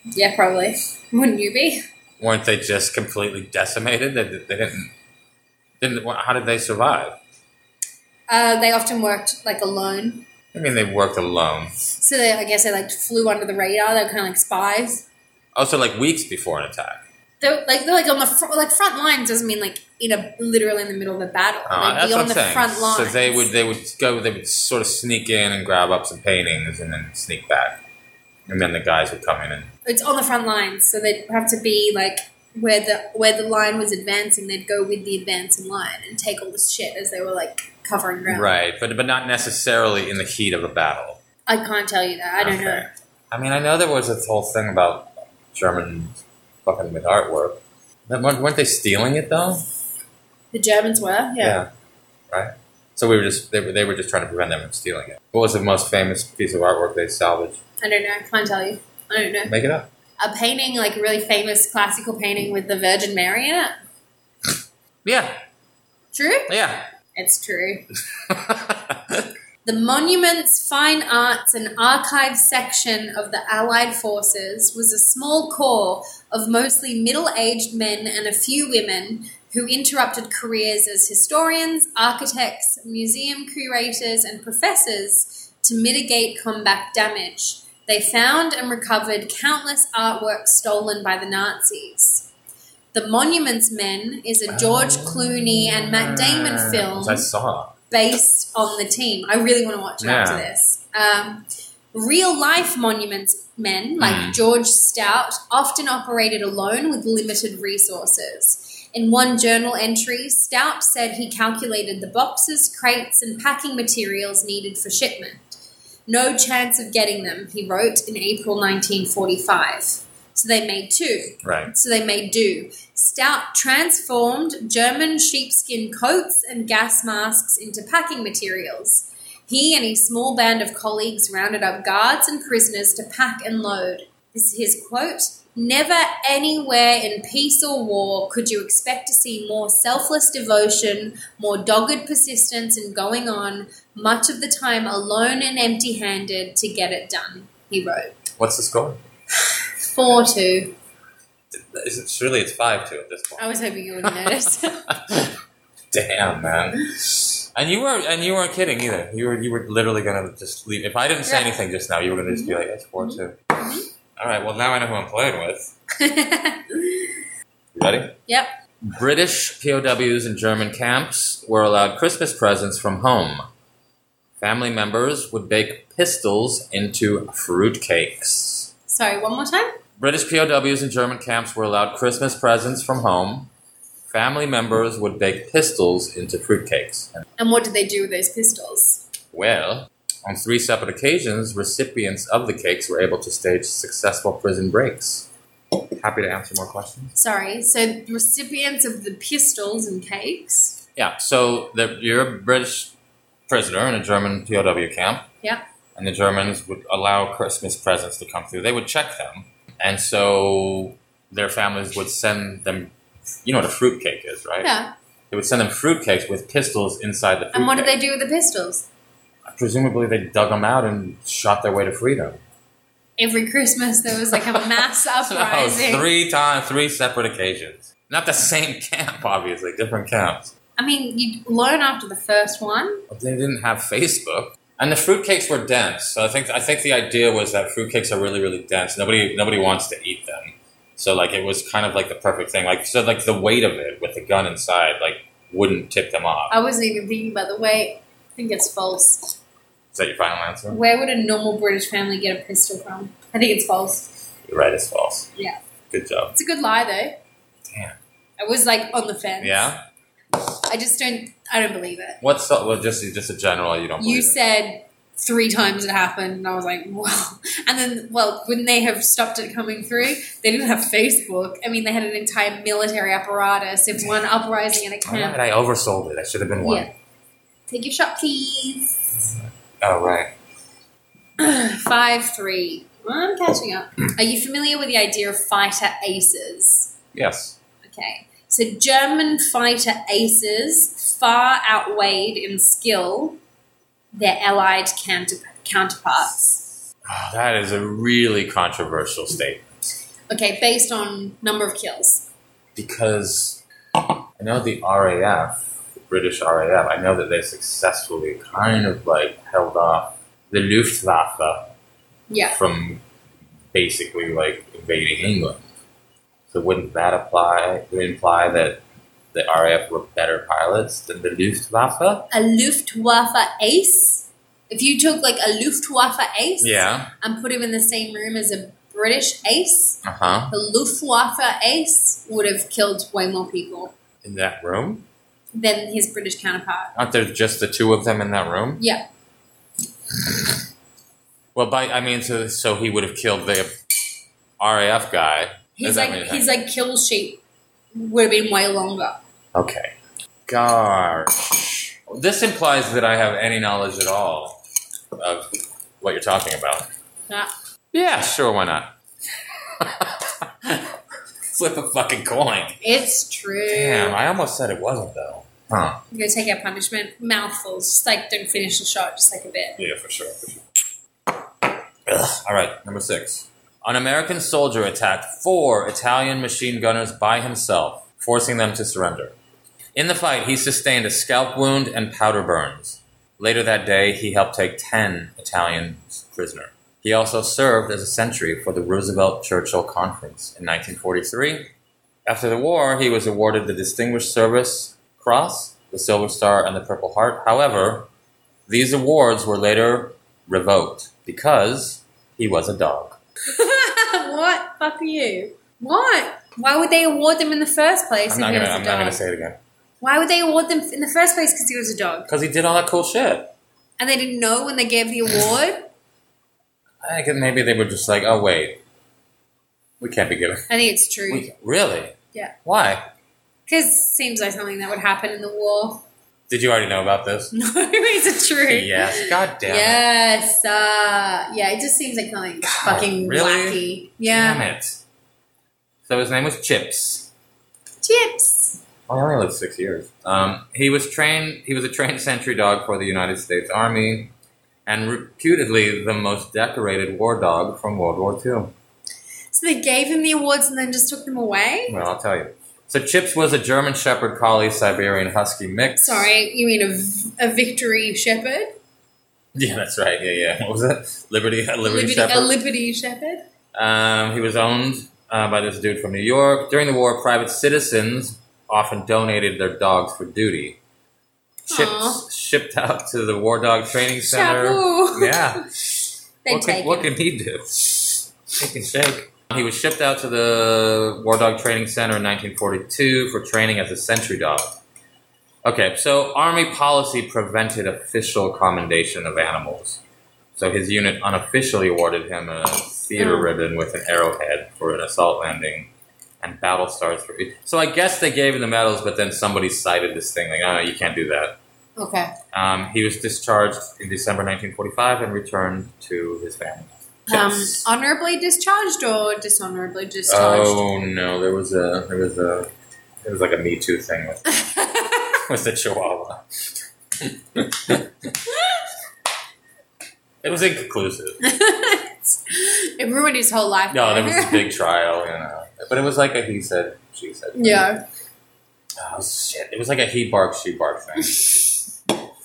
Speaker 2: Yeah, probably. Wouldn't you be?
Speaker 1: Weren't they just completely decimated? They, they didn't. Didn't. How did they survive?
Speaker 2: Uh, they often worked like alone,
Speaker 1: I mean, they worked alone.
Speaker 2: so they I guess they like flew under the radar. They're kind of like spies.
Speaker 1: Also, like weeks before an attack.
Speaker 2: They're like they're like on the fr- like front lines doesn't mean like in a literally in the middle of a battle.
Speaker 1: Oh,
Speaker 2: like
Speaker 1: that's
Speaker 2: beyond
Speaker 1: what I'm
Speaker 2: the
Speaker 1: saying.
Speaker 2: front lines.
Speaker 1: So they would they would go they would sort of sneak in and grab up some paintings and then sneak back, and then the guys would come in and
Speaker 2: It's on the front lines, so they'd have to be like where the where the line was advancing. They'd go with the advancing line and take all this shit as they were like covering ground.
Speaker 1: right, but but not necessarily in the heat of a battle.
Speaker 2: I can't tell you that. I don't know.
Speaker 1: I mean, I know there was this whole thing about German fucking with artwork. Then weren't weren't they stealing it though?
Speaker 2: The Germans were, yeah.
Speaker 1: Right. So we were just they were they were just trying to prevent them from stealing it. What was the most famous piece of artwork they salvaged?
Speaker 2: I don't know. I can't tell you. I don't know.
Speaker 1: Make it up.
Speaker 2: A painting, like a really famous classical painting with the Virgin Mary in it.
Speaker 1: Yeah.
Speaker 2: True?
Speaker 1: Yeah.
Speaker 2: It's true. The Monuments, Fine Arts, and Archives section of the Allied Forces was a small corps of mostly middle aged men and a few women who interrupted careers as historians, architects, museum curators, and professors to mitigate combat damage. They found and recovered countless artworks stolen by the Nazis. The Monuments Men is a George Clooney and Matt Damon film
Speaker 1: I saw.
Speaker 2: based on the team. I really want to watch it after
Speaker 1: Yeah.
Speaker 2: this. Um, real life monuments men like
Speaker 1: Mm.
Speaker 2: George Stout often operated alone with limited resources. In one journal entry, Stout said he calculated the boxes, crates, and packing materials needed for shipment. No chance of getting them, he wrote in April 1945. So they made two
Speaker 1: Right.
Speaker 2: so they made do. Stout transformed German sheepskin coats and gas masks into packing materials. He and a small band of colleagues rounded up guards and prisoners to pack and load. This is his quote Never anywhere in peace or war could you expect to see more selfless devotion, more dogged persistence in going on, much of the time alone and empty handed, to get it done, he wrote.
Speaker 1: What's the score?
Speaker 2: 4 2.
Speaker 1: Is it, surely it's five two at this point.
Speaker 2: I was hoping you wouldn't notice.
Speaker 1: Damn, man. And you were and you weren't kidding either. You were you were literally gonna just leave. If I didn't say
Speaker 2: Yeah.
Speaker 1: anything just now, you were gonna just be like, "That's four two. All right. Well, now I know who I'm playing with. You ready?
Speaker 2: Yep.
Speaker 1: British POWs in German camps were allowed Christmas presents from home. Family members would bake pistols into fruitcakes.
Speaker 2: Sorry, one more time.
Speaker 1: British POWs in German camps were allowed Christmas presents from home. Family members would bake pistols into fruitcakes. And
Speaker 2: And what did they do with those pistols?
Speaker 1: well, on three separate occasions, recipients of the cakes were able to stage successful prison breaks. Happy to answer more questions.
Speaker 2: Sorry, so recipients of the pistols and cakes.
Speaker 1: Yeah, so the, you're a British prisoner in a German POW camp.
Speaker 2: Yeah.
Speaker 1: And the Germans would allow Christmas presents to come through. They would check them. And so their families would send them, you know what a fruitcake is, right?
Speaker 2: Yeah.
Speaker 1: They would send them fruitcakes with pistols inside the fruitcake.
Speaker 2: And what did they do with the pistols?
Speaker 1: Presumably, they dug them out and shot their way to freedom.
Speaker 2: Every Christmas there was like a mass
Speaker 1: So oh,
Speaker 2: uprising.
Speaker 1: three times, three separate occasions. Not the same camp, obviously, different camps.
Speaker 2: I mean, you learn after the first one.
Speaker 1: But they didn't have Facebook, and the fruitcakes were dense. So I think I think the idea was that fruitcakes are really really dense. Nobody nobody wants to eat them. So like it was kind of like the perfect thing. Like so like the weight of it with the gun inside like wouldn't tip them off.
Speaker 2: I wasn't even thinking about the weight. I think it's false.
Speaker 1: Is that your final answer?
Speaker 2: Where would a normal British family get a pistol from? I think it's false.
Speaker 1: You're right, it's false.
Speaker 2: Yeah.
Speaker 1: Good job.
Speaker 2: It's a good lie though.
Speaker 1: Damn.
Speaker 2: I was like on the fence.
Speaker 1: Yeah.
Speaker 2: I just don't. I don't believe it.
Speaker 1: What's the, well just just a general you don't believe
Speaker 2: You
Speaker 1: it.
Speaker 2: said three times it happened, and I was like, wow. And then, well, wouldn't they have stopped it coming through? They didn't have Facebook. I mean, they had an entire military apparatus. If one uprising in a
Speaker 1: All right,
Speaker 2: camp,
Speaker 1: I oversold it. I should have been one.
Speaker 2: Yeah. take your shot, please.
Speaker 1: Oh right.
Speaker 2: Five three. I'm catching up. Are you familiar with the idea of fighter aces?
Speaker 1: Yes.
Speaker 2: Okay. So German fighter aces far outweighed in skill their allied counter- counterparts.
Speaker 1: Ah, That is a really controversial statement
Speaker 2: Okay, based on number of kills.
Speaker 1: because I know the RAF, the British RAF, I know that they successfully kind of like held off the Luftwaffe
Speaker 2: Yeah.
Speaker 1: from basically like invading England. So wouldn't that apply? Would it imply that the RAF were better pilots than the Luftwaffe?
Speaker 2: A Luftwaffe ace. If you took like a Luftwaffe ace
Speaker 1: Yeah.
Speaker 2: and put him in the same room as a British ace,
Speaker 1: Uh huh.
Speaker 2: the Luftwaffe ace would have killed way more people
Speaker 1: In that room?
Speaker 2: than his British counterpart.
Speaker 1: Aren't there just the two of them in that room?
Speaker 2: Yeah.
Speaker 1: Well, by I mean, so so he would have killed the RAF guy Is
Speaker 2: He's
Speaker 1: that
Speaker 2: like
Speaker 1: what you're
Speaker 2: he's like kill sheep would have been way longer.
Speaker 1: Okay. Gosh. This implies that I have any knowledge at all of what you're talking about.
Speaker 2: Yeah.
Speaker 1: Yeah, sure, why not? Flip a fucking coin.
Speaker 2: It's true.
Speaker 1: Damn, I almost said it wasn't though. Huh.
Speaker 2: We're gonna take our punishment. Mouthfuls, just like don't finish the shot, just like a bit.
Speaker 1: Yeah, for sure. For sure. Ugh. All right, number six. An American soldier attacked four Italian machine gunners by himself, forcing them to surrender. In the fight, he sustained a scalp wound and powder burns. Later that day, he helped take 10 Italians prisoner. He also served as a sentry for the Roosevelt Churchill Conference in 1943. After the war, he was awarded the Distinguished Service Cross, the Silver Star, and the Purple Heart. However, these awards were later revoked because he was a dog.
Speaker 2: what? Fuck you. What? Why would they award them in the first place?
Speaker 1: I'm not
Speaker 2: if he was
Speaker 1: gonna.
Speaker 2: a
Speaker 1: I'm not
Speaker 2: dog?
Speaker 1: gonna say it again
Speaker 2: Why would they award them in the first place? Because he was a dog,
Speaker 1: because he did all that cool shit.
Speaker 2: and they didn't know when they gave the award.
Speaker 1: I think that maybe they were just like, oh wait, we can't be giving.
Speaker 2: I think it's true.
Speaker 1: We, really?
Speaker 2: Yeah.
Speaker 1: Why?
Speaker 2: Because seems like something that would happen in the war.
Speaker 1: Did you already know about this?
Speaker 2: No, it's true.
Speaker 1: yes. God damn it.
Speaker 2: Yes. Uh, yeah, it just seems like something fucking
Speaker 1: really?
Speaker 2: wacky.
Speaker 1: Damn
Speaker 2: Yeah.
Speaker 1: it. So his name was Chips.
Speaker 2: Chips.
Speaker 1: Well, he only lived six years. Um, he was trained. He was a trained sentry dog for the United States Army, and reputedly the most decorated war dog from World War II.
Speaker 2: So they gave him the awards and then just took them away?
Speaker 1: Well, I'll tell you. So Chips was a German Shepherd Collie Siberian Husky mix.
Speaker 2: Sorry, you mean a, v- a victory shepherd?
Speaker 1: Yeah, that's right. Yeah, yeah. What was it? Liberty, a Liberty,
Speaker 2: a
Speaker 1: Shepherd.
Speaker 2: liberty shepherd?
Speaker 1: um, he was owned uh, by this dude from New York. During the war, private citizens often donated their dogs for duty.
Speaker 2: Aw.
Speaker 1: Chips shipped out to the War Dog Training Center.
Speaker 2: Shabu.
Speaker 1: Yeah.
Speaker 2: they
Speaker 1: what,
Speaker 2: take
Speaker 1: can, what
Speaker 2: him.
Speaker 1: can he do? He can shake. He was shipped out to the War Dog Training Center in 1942 for training as a sentry dog. Okay, so Army policy prevented official commendation of animals. So his unit unofficially awarded him a theater
Speaker 2: Mm.
Speaker 1: ribbon with an arrowhead for an assault landing and battle stars for each. So I guess they gave him the medals, but then somebody cited this thing like, oh, no, you can't do that.
Speaker 2: Okay.
Speaker 1: Um, he was discharged in December 1945 and returned to his family.
Speaker 2: Um,
Speaker 1: Yes.
Speaker 2: honorably discharged or dishonorably discharged?
Speaker 1: oh no, there was a there was a it was like a Me Too thing with with the Chihuahua. it was inconclusive.
Speaker 2: it ruined his whole life.
Speaker 1: No, there was a big trial, you know. But it was like a he said, she said. thing.
Speaker 2: yeah.
Speaker 1: Oh shit! It was like a he bark, she bark thing. that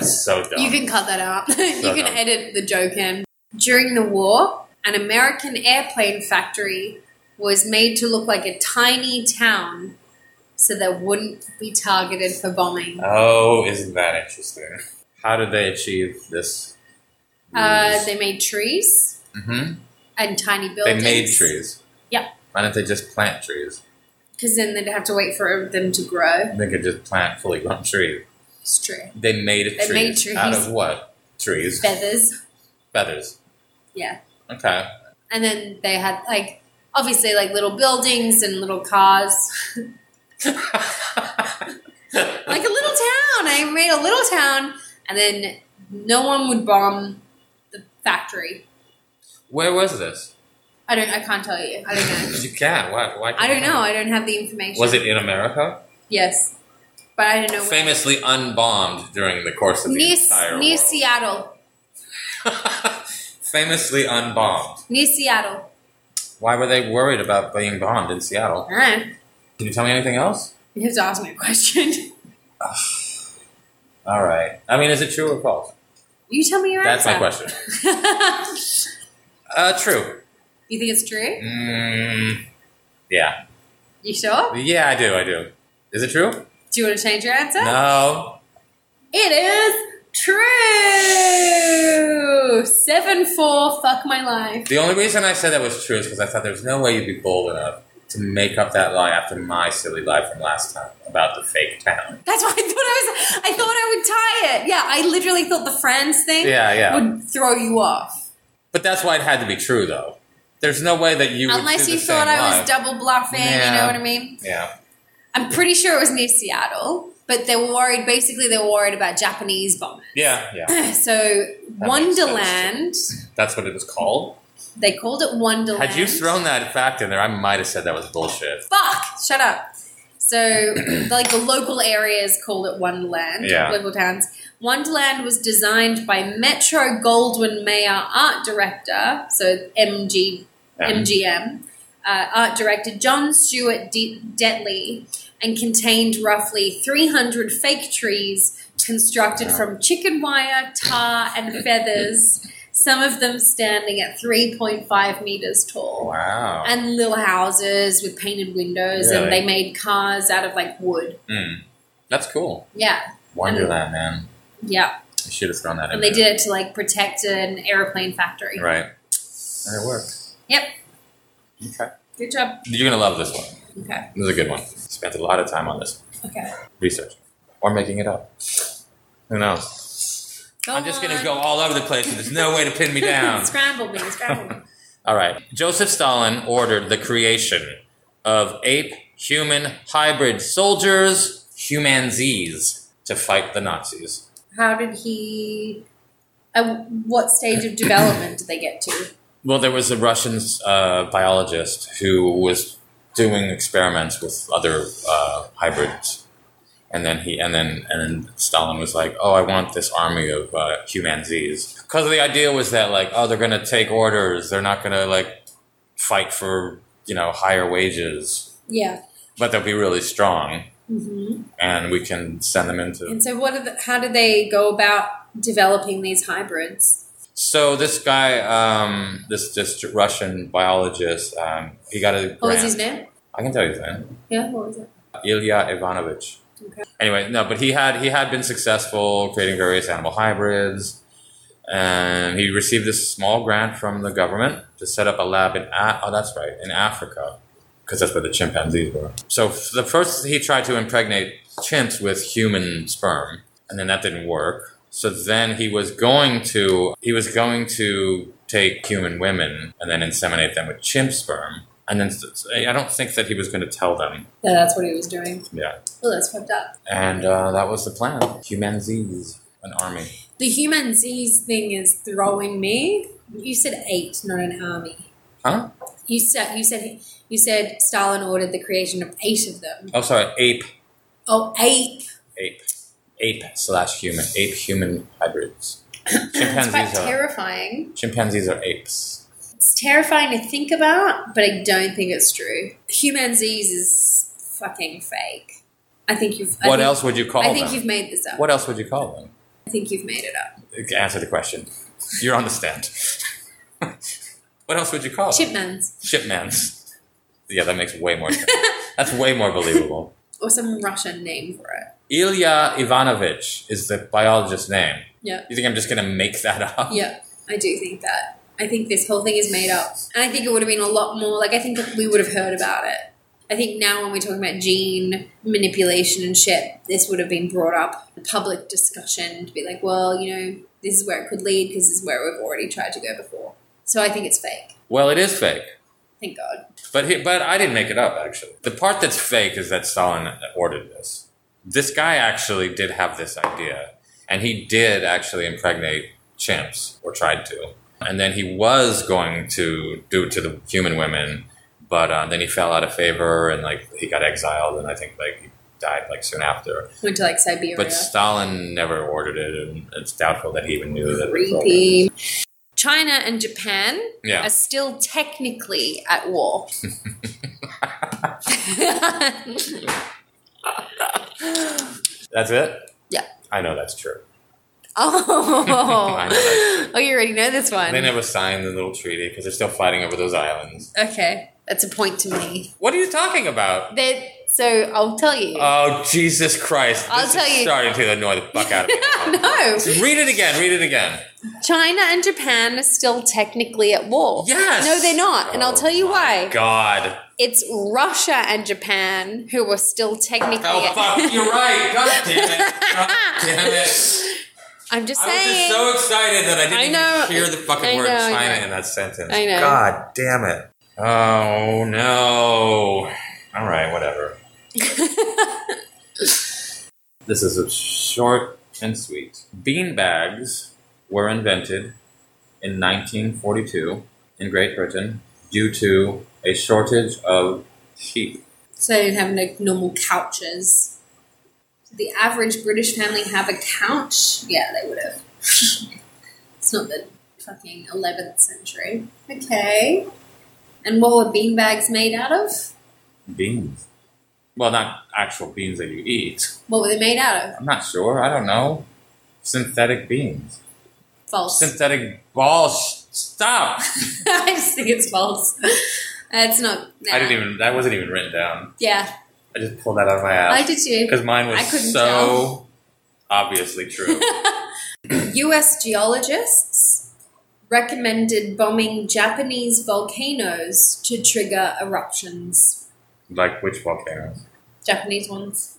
Speaker 1: was so dumb.
Speaker 2: You can cut that out. you can
Speaker 1: dumb.
Speaker 2: edit the joke in. During the war, an American airplane factory was made to look like a tiny town so they wouldn't be targeted for bombing. Uh,
Speaker 1: Oh, isn't that interesting? How did they achieve this?
Speaker 2: Uh, they made trees
Speaker 1: hmm
Speaker 2: and tiny
Speaker 1: They
Speaker 2: buildings.
Speaker 1: made trees.
Speaker 2: Yeah.
Speaker 1: Why didn't they just plant trees?
Speaker 2: Because then they'd have to wait for them to grow.
Speaker 1: They could just plant fully grown trees.
Speaker 2: It's true.
Speaker 1: They made trees.
Speaker 2: made
Speaker 1: Out
Speaker 2: trees.
Speaker 1: of what? Trees.
Speaker 2: Feathers.
Speaker 1: Feathers.
Speaker 2: Yeah.
Speaker 1: Okay.
Speaker 2: And then they had, like, obviously, like little buildings and little cars. like a little town. I made a little town, and then no one would bomb the factory.
Speaker 1: Where was this?
Speaker 2: I don't. I can't tell you. I don't know.
Speaker 1: You can't. Why? why
Speaker 2: I don't
Speaker 1: can't
Speaker 2: know. I don't have the information.
Speaker 1: Was it in America?
Speaker 2: Yes, but I don't know. where.
Speaker 1: Famously unbombed during the course of the
Speaker 2: Near,
Speaker 1: entire
Speaker 2: near
Speaker 1: war.
Speaker 2: Seattle.
Speaker 1: Famously unbombed.
Speaker 2: Near Seattle.
Speaker 1: Why were they worried about being bombed in Seattle?
Speaker 2: All right.
Speaker 1: Can you tell me anything else?
Speaker 2: You have to ask me a question.
Speaker 1: All right. I mean, is it true or false?
Speaker 2: You tell me your
Speaker 1: That's my
Speaker 2: answer.
Speaker 1: question.
Speaker 2: question.
Speaker 1: Uh, true.
Speaker 2: you think it's true?
Speaker 1: Mm, yeah.
Speaker 2: You sure?
Speaker 1: Yeah, I do. I do. Is it true?
Speaker 2: Do you want to change your answer?
Speaker 1: No.
Speaker 2: It is true. Seven four. Fuck my life.
Speaker 1: The only reason I said that was true is because I thought there's no way you'd be bold enough to make up that lie after my silly lie from last time about the fake town.
Speaker 2: That's why I thought I was. I thought I would tie it. Yeah, I literally thought the friends thing
Speaker 1: Yeah, yeah.
Speaker 2: would throw you off.
Speaker 1: But that's why it had to be true, though. There's no way that you would
Speaker 2: Unless
Speaker 1: do
Speaker 2: you
Speaker 1: the
Speaker 2: thought
Speaker 1: same
Speaker 2: I was
Speaker 1: live.
Speaker 2: double bluffing, you
Speaker 1: Yeah.
Speaker 2: know what I mean?
Speaker 1: Yeah.
Speaker 2: I'm pretty sure it was near Seattle, but they were worried, basically, they were worried about Japanese bombers.
Speaker 1: Yeah.
Speaker 2: so,
Speaker 1: Yeah. makes sense.
Speaker 2: Wonderland,
Speaker 1: That's what it was called.
Speaker 2: they called it Wonderland.
Speaker 1: Had you thrown that fact in there, I might have said that was bullshit.
Speaker 2: Fuck! Shut up. So, like the local areas called it Wonderland,
Speaker 1: Yeah.
Speaker 2: local towns. Wonderland was designed by Metro Goldwyn Mayer art director, so MG,
Speaker 1: Um,
Speaker 2: MGM, uh, art director John Stewart De- Detley, and contained roughly 300 fake trees constructed
Speaker 1: Wow.
Speaker 2: from chicken wire, tar, and feathers, some of them standing at 3.5 meters tall
Speaker 1: wow.
Speaker 2: and little houses with painted windows, and
Speaker 1: Really?
Speaker 2: they made cars out of like wood.
Speaker 1: Mm. That's cool.
Speaker 2: Yeah,
Speaker 1: Wonderland, man.
Speaker 2: yeah.
Speaker 1: You should have thrown that in.
Speaker 2: And they
Speaker 1: there.
Speaker 2: did it to like protect an airplane factory.
Speaker 1: Right. And it worked.
Speaker 2: Yep.
Speaker 1: Okay.
Speaker 2: Good job.
Speaker 1: You're going to love this one.
Speaker 2: Okay.
Speaker 1: This is a good one. Spent a lot of time on this
Speaker 2: Okay.
Speaker 1: research or making it up. Who knows?
Speaker 2: Go
Speaker 1: I'm just going to
Speaker 2: on.
Speaker 1: go all over the place. and There's no way to pin me down.
Speaker 2: scramble me, scramble me.
Speaker 1: All right. Joseph Stalin ordered the creation of ape human hybrid soldiers, humanzees, to fight the Nazis.
Speaker 2: How did he? At what stage of development did they get to?
Speaker 1: Well, there was a Russian uh, biologist who was doing experiments with other uh, hybrids, and then he and then and then Stalin was like, "Oh, I want this army of uh, human Z's," because the idea was that like, oh, they're gonna take orders, they're not gonna like fight for you know higher wages,
Speaker 2: Yeah.
Speaker 1: but they'll be really strong,
Speaker 2: hmm
Speaker 1: and we can send them into
Speaker 2: And so, what? Are the, how did they go about developing these hybrids?
Speaker 1: So this guy, um, this this Russian biologist, um, he got a grant.
Speaker 2: What was his name?
Speaker 1: I can tell you his name.
Speaker 2: Yeah. What was it?
Speaker 1: Ilya Ivanovich.
Speaker 2: Okay.
Speaker 1: Anyway, no, but he had he had been successful creating various animal hybrids, and he received this small grant from the government to set up a lab in a- oh that's right in Africa, because that's where the chimpanzees were. So f- the first he tried to impregnate chimps with human sperm, and then that didn't work. So then he was going to he was going to take human women and then inseminate them with chimp sperm. And then s- I don't think that he was going to tell them.
Speaker 2: Yeah, that's what he was doing.
Speaker 1: Yeah.
Speaker 2: Well, that's fucked up.
Speaker 1: And uh, that was the plan. Humanzees, an army.
Speaker 2: The human Z's thing is throwing me. You said eight, not an army.
Speaker 1: Huh?
Speaker 2: You said you said you said Stalin ordered the creation of eight of them.
Speaker 1: Oh, sorry, ape,
Speaker 2: Oh, eight.
Speaker 1: ape, ape slash human, ape human hybrids.
Speaker 2: It's quite
Speaker 1: Chimpanzees are
Speaker 2: terrifying.
Speaker 1: chimpanzees are apes.
Speaker 2: It's terrifying to think about, but I don't think it's true. Human Z's is fucking fake. I think you've. I
Speaker 1: What
Speaker 2: think-
Speaker 1: else would you call
Speaker 2: I think
Speaker 1: them?
Speaker 2: you've made this up.
Speaker 1: What else would you call them?
Speaker 2: I think you've made it up.
Speaker 1: Answer the question. You're on the stand. what else would you call them?
Speaker 2: Chipmunks
Speaker 1: Shipmans. Yeah, that makes way more sense. That's way more believable.
Speaker 2: or some Russian name for it.
Speaker 1: Ilya Ivanovich is the biologist's name.
Speaker 2: Yeah.
Speaker 1: You think I'm just gonna make that up?
Speaker 2: Yeah, I do think that. I think this whole thing is made up. And I think it would have been a lot more, like, I think that we would have heard about it. I think now when we're talking about gene manipulation and shit, this would have been brought up in public discussion to be like, well, you know, this is where it could lead because this is where we've already tried to go before. So I think it's fake.
Speaker 1: Well, it is fake.
Speaker 2: Thank God.
Speaker 1: But he, but I didn't make it up actually. The part that's fake is that Stalin ordered this. This guy actually did have this idea, and he did actually impregnate chimps or tried to, and then he was going to do it to the human women, but uh, then he fell out of favor and like he got exiled, and I think like he died like soon after.
Speaker 2: Went to like Siberia.
Speaker 1: But Stalin never ordered it, and it's doubtful that he even knew that.
Speaker 2: Creepy. China and Japan
Speaker 1: Yeah.
Speaker 2: are still technically at war.
Speaker 1: That's it.
Speaker 2: Yeah.
Speaker 1: I know that's true. I know
Speaker 2: Oh,
Speaker 1: that's true.
Speaker 2: oh, you already know this one.
Speaker 1: They never signed the little treaty because they're still fighting over those islands.
Speaker 2: Okay, that's a point to me.
Speaker 1: What are you talking about?
Speaker 2: That so I'll tell you.
Speaker 1: Oh, Jesus Christ.
Speaker 2: I'll
Speaker 1: this
Speaker 2: tell
Speaker 1: is
Speaker 2: you.
Speaker 1: starting to annoy the fuck out of me.
Speaker 2: no,
Speaker 1: read it again. Read it again.
Speaker 2: China and Japan are still technically at war.
Speaker 1: Yes.
Speaker 2: No, they're not, and I'll
Speaker 1: Oh
Speaker 2: tell you why.
Speaker 1: God.
Speaker 2: It's Russia and Japan who are still technically.
Speaker 1: Oh,
Speaker 2: at-
Speaker 1: fuck. You're right. God damn it. God damn it.
Speaker 3: I'm just
Speaker 1: I was
Speaker 3: saying.
Speaker 1: just so excited that I didn't
Speaker 3: I know.
Speaker 1: even hear the fucking
Speaker 3: I
Speaker 1: word
Speaker 3: know, I
Speaker 1: China
Speaker 3: know.
Speaker 1: in that sentence.
Speaker 3: I know.
Speaker 1: God damn it. Oh no. All right, whatever. This is a short and sweet. Bean bags were invented in 1942 in Great Britain due to a shortage of sheep.
Speaker 2: So they didn't have like normal couches. Did the average British family have a couch? Yeah, they would have. it's not the fucking 11th century. Okay. And what were beanbags made out of?
Speaker 1: Beans. Well, not actual beans that you eat.
Speaker 2: What were they made out of?
Speaker 1: I'm not sure. I don't know. Synthetic beans.
Speaker 2: False.
Speaker 1: Synthetic balls. Stop.
Speaker 2: I just think it's false. It's not. nah.
Speaker 1: I didn't even. That wasn't even written down.
Speaker 2: Yeah,
Speaker 1: I just pulled that out of my
Speaker 2: I
Speaker 1: ass
Speaker 2: did too.
Speaker 1: because mine was
Speaker 2: I couldn't
Speaker 1: so
Speaker 2: tell.
Speaker 1: obviously true.
Speaker 2: U.S. geologists recommended bombing Japanese volcanoes to trigger eruptions.
Speaker 1: like which volcanoes?
Speaker 2: Japanese ones.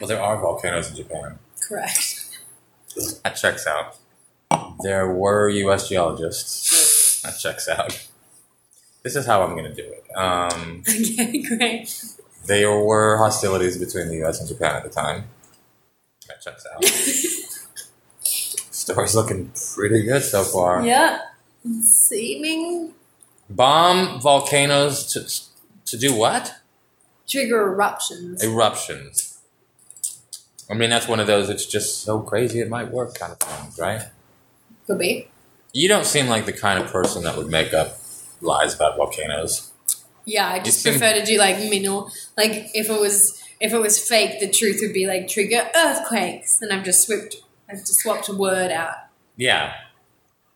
Speaker 1: Well, there are volcanoes in Japan.
Speaker 2: Correct.
Speaker 1: That checks out. There were U.S. geologists. That checks out. This is how I'm going to do it. Um,
Speaker 2: Okay, great.
Speaker 1: there were hostilities between the U.S. and Japan at the time. That checks out. Story's looking pretty good so far.
Speaker 2: Yeah. Seeming
Speaker 1: Bomb volcanoes to, to do what?
Speaker 2: trigger eruptions.
Speaker 1: Eruptions. I mean, that's one of those, it's just so crazy it might work kind of things, right?
Speaker 2: Could be.
Speaker 1: You don't seem like the kind of person that would make up lies about volcanoes.
Speaker 2: Yeah, I just
Speaker 1: You think-
Speaker 2: prefer to do like minimal. Like if it was if it was fake, the truth would be like trigger earthquakes, and I've just swapped I've just swapped a word out.
Speaker 1: Yeah.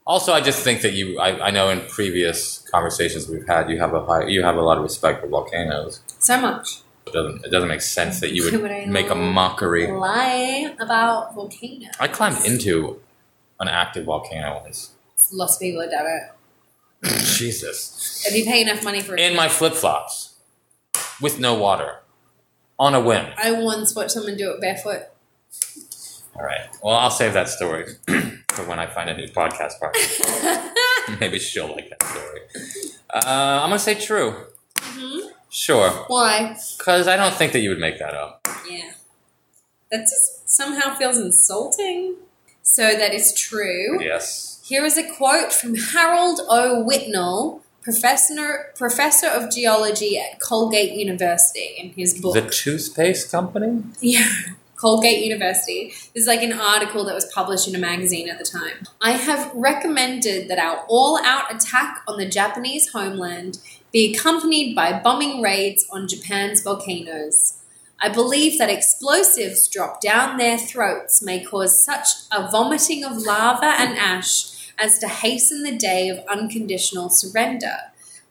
Speaker 1: Also, I just think that you. I, I know in previous conversations we've had, you have a high, you have a lot of respect for volcanoes.
Speaker 2: So much
Speaker 1: It doesn't. It doesn't make sense that you
Speaker 2: Would I
Speaker 1: would make a mockery.
Speaker 2: lie about volcanoes.
Speaker 1: I climbed into an active volcano once.
Speaker 2: Lots of people have done it.
Speaker 1: Jesus.
Speaker 2: If you pay enough money for it,
Speaker 1: In my flip flops, with no water, on a whim.
Speaker 2: I once watched someone do it barefoot.
Speaker 1: All right. Well, I'll save that story for when I find a new podcast partner. Maybe she'll like that story. Uh, I'm gonna say true. Sure,
Speaker 2: Why?
Speaker 1: because I don't think that you would make that up.
Speaker 2: Yeah. That just somehow feels insulting. So that is true.
Speaker 1: Yes.
Speaker 2: Here is a quote from Harold O. Whitnell, professor, professor of geology at Colgate University, in his book.
Speaker 1: The toothpaste company?
Speaker 2: Yeah. Colgate University. This is like an article that was published in a magazine at the time. I have recommended that our all out attack on the Japanese homeland be accompanied by bombing raids on Japan's volcanoes. I believe that explosives dropped down their throats may cause such a vomiting of lava and ash as to hasten the day of unconditional surrender.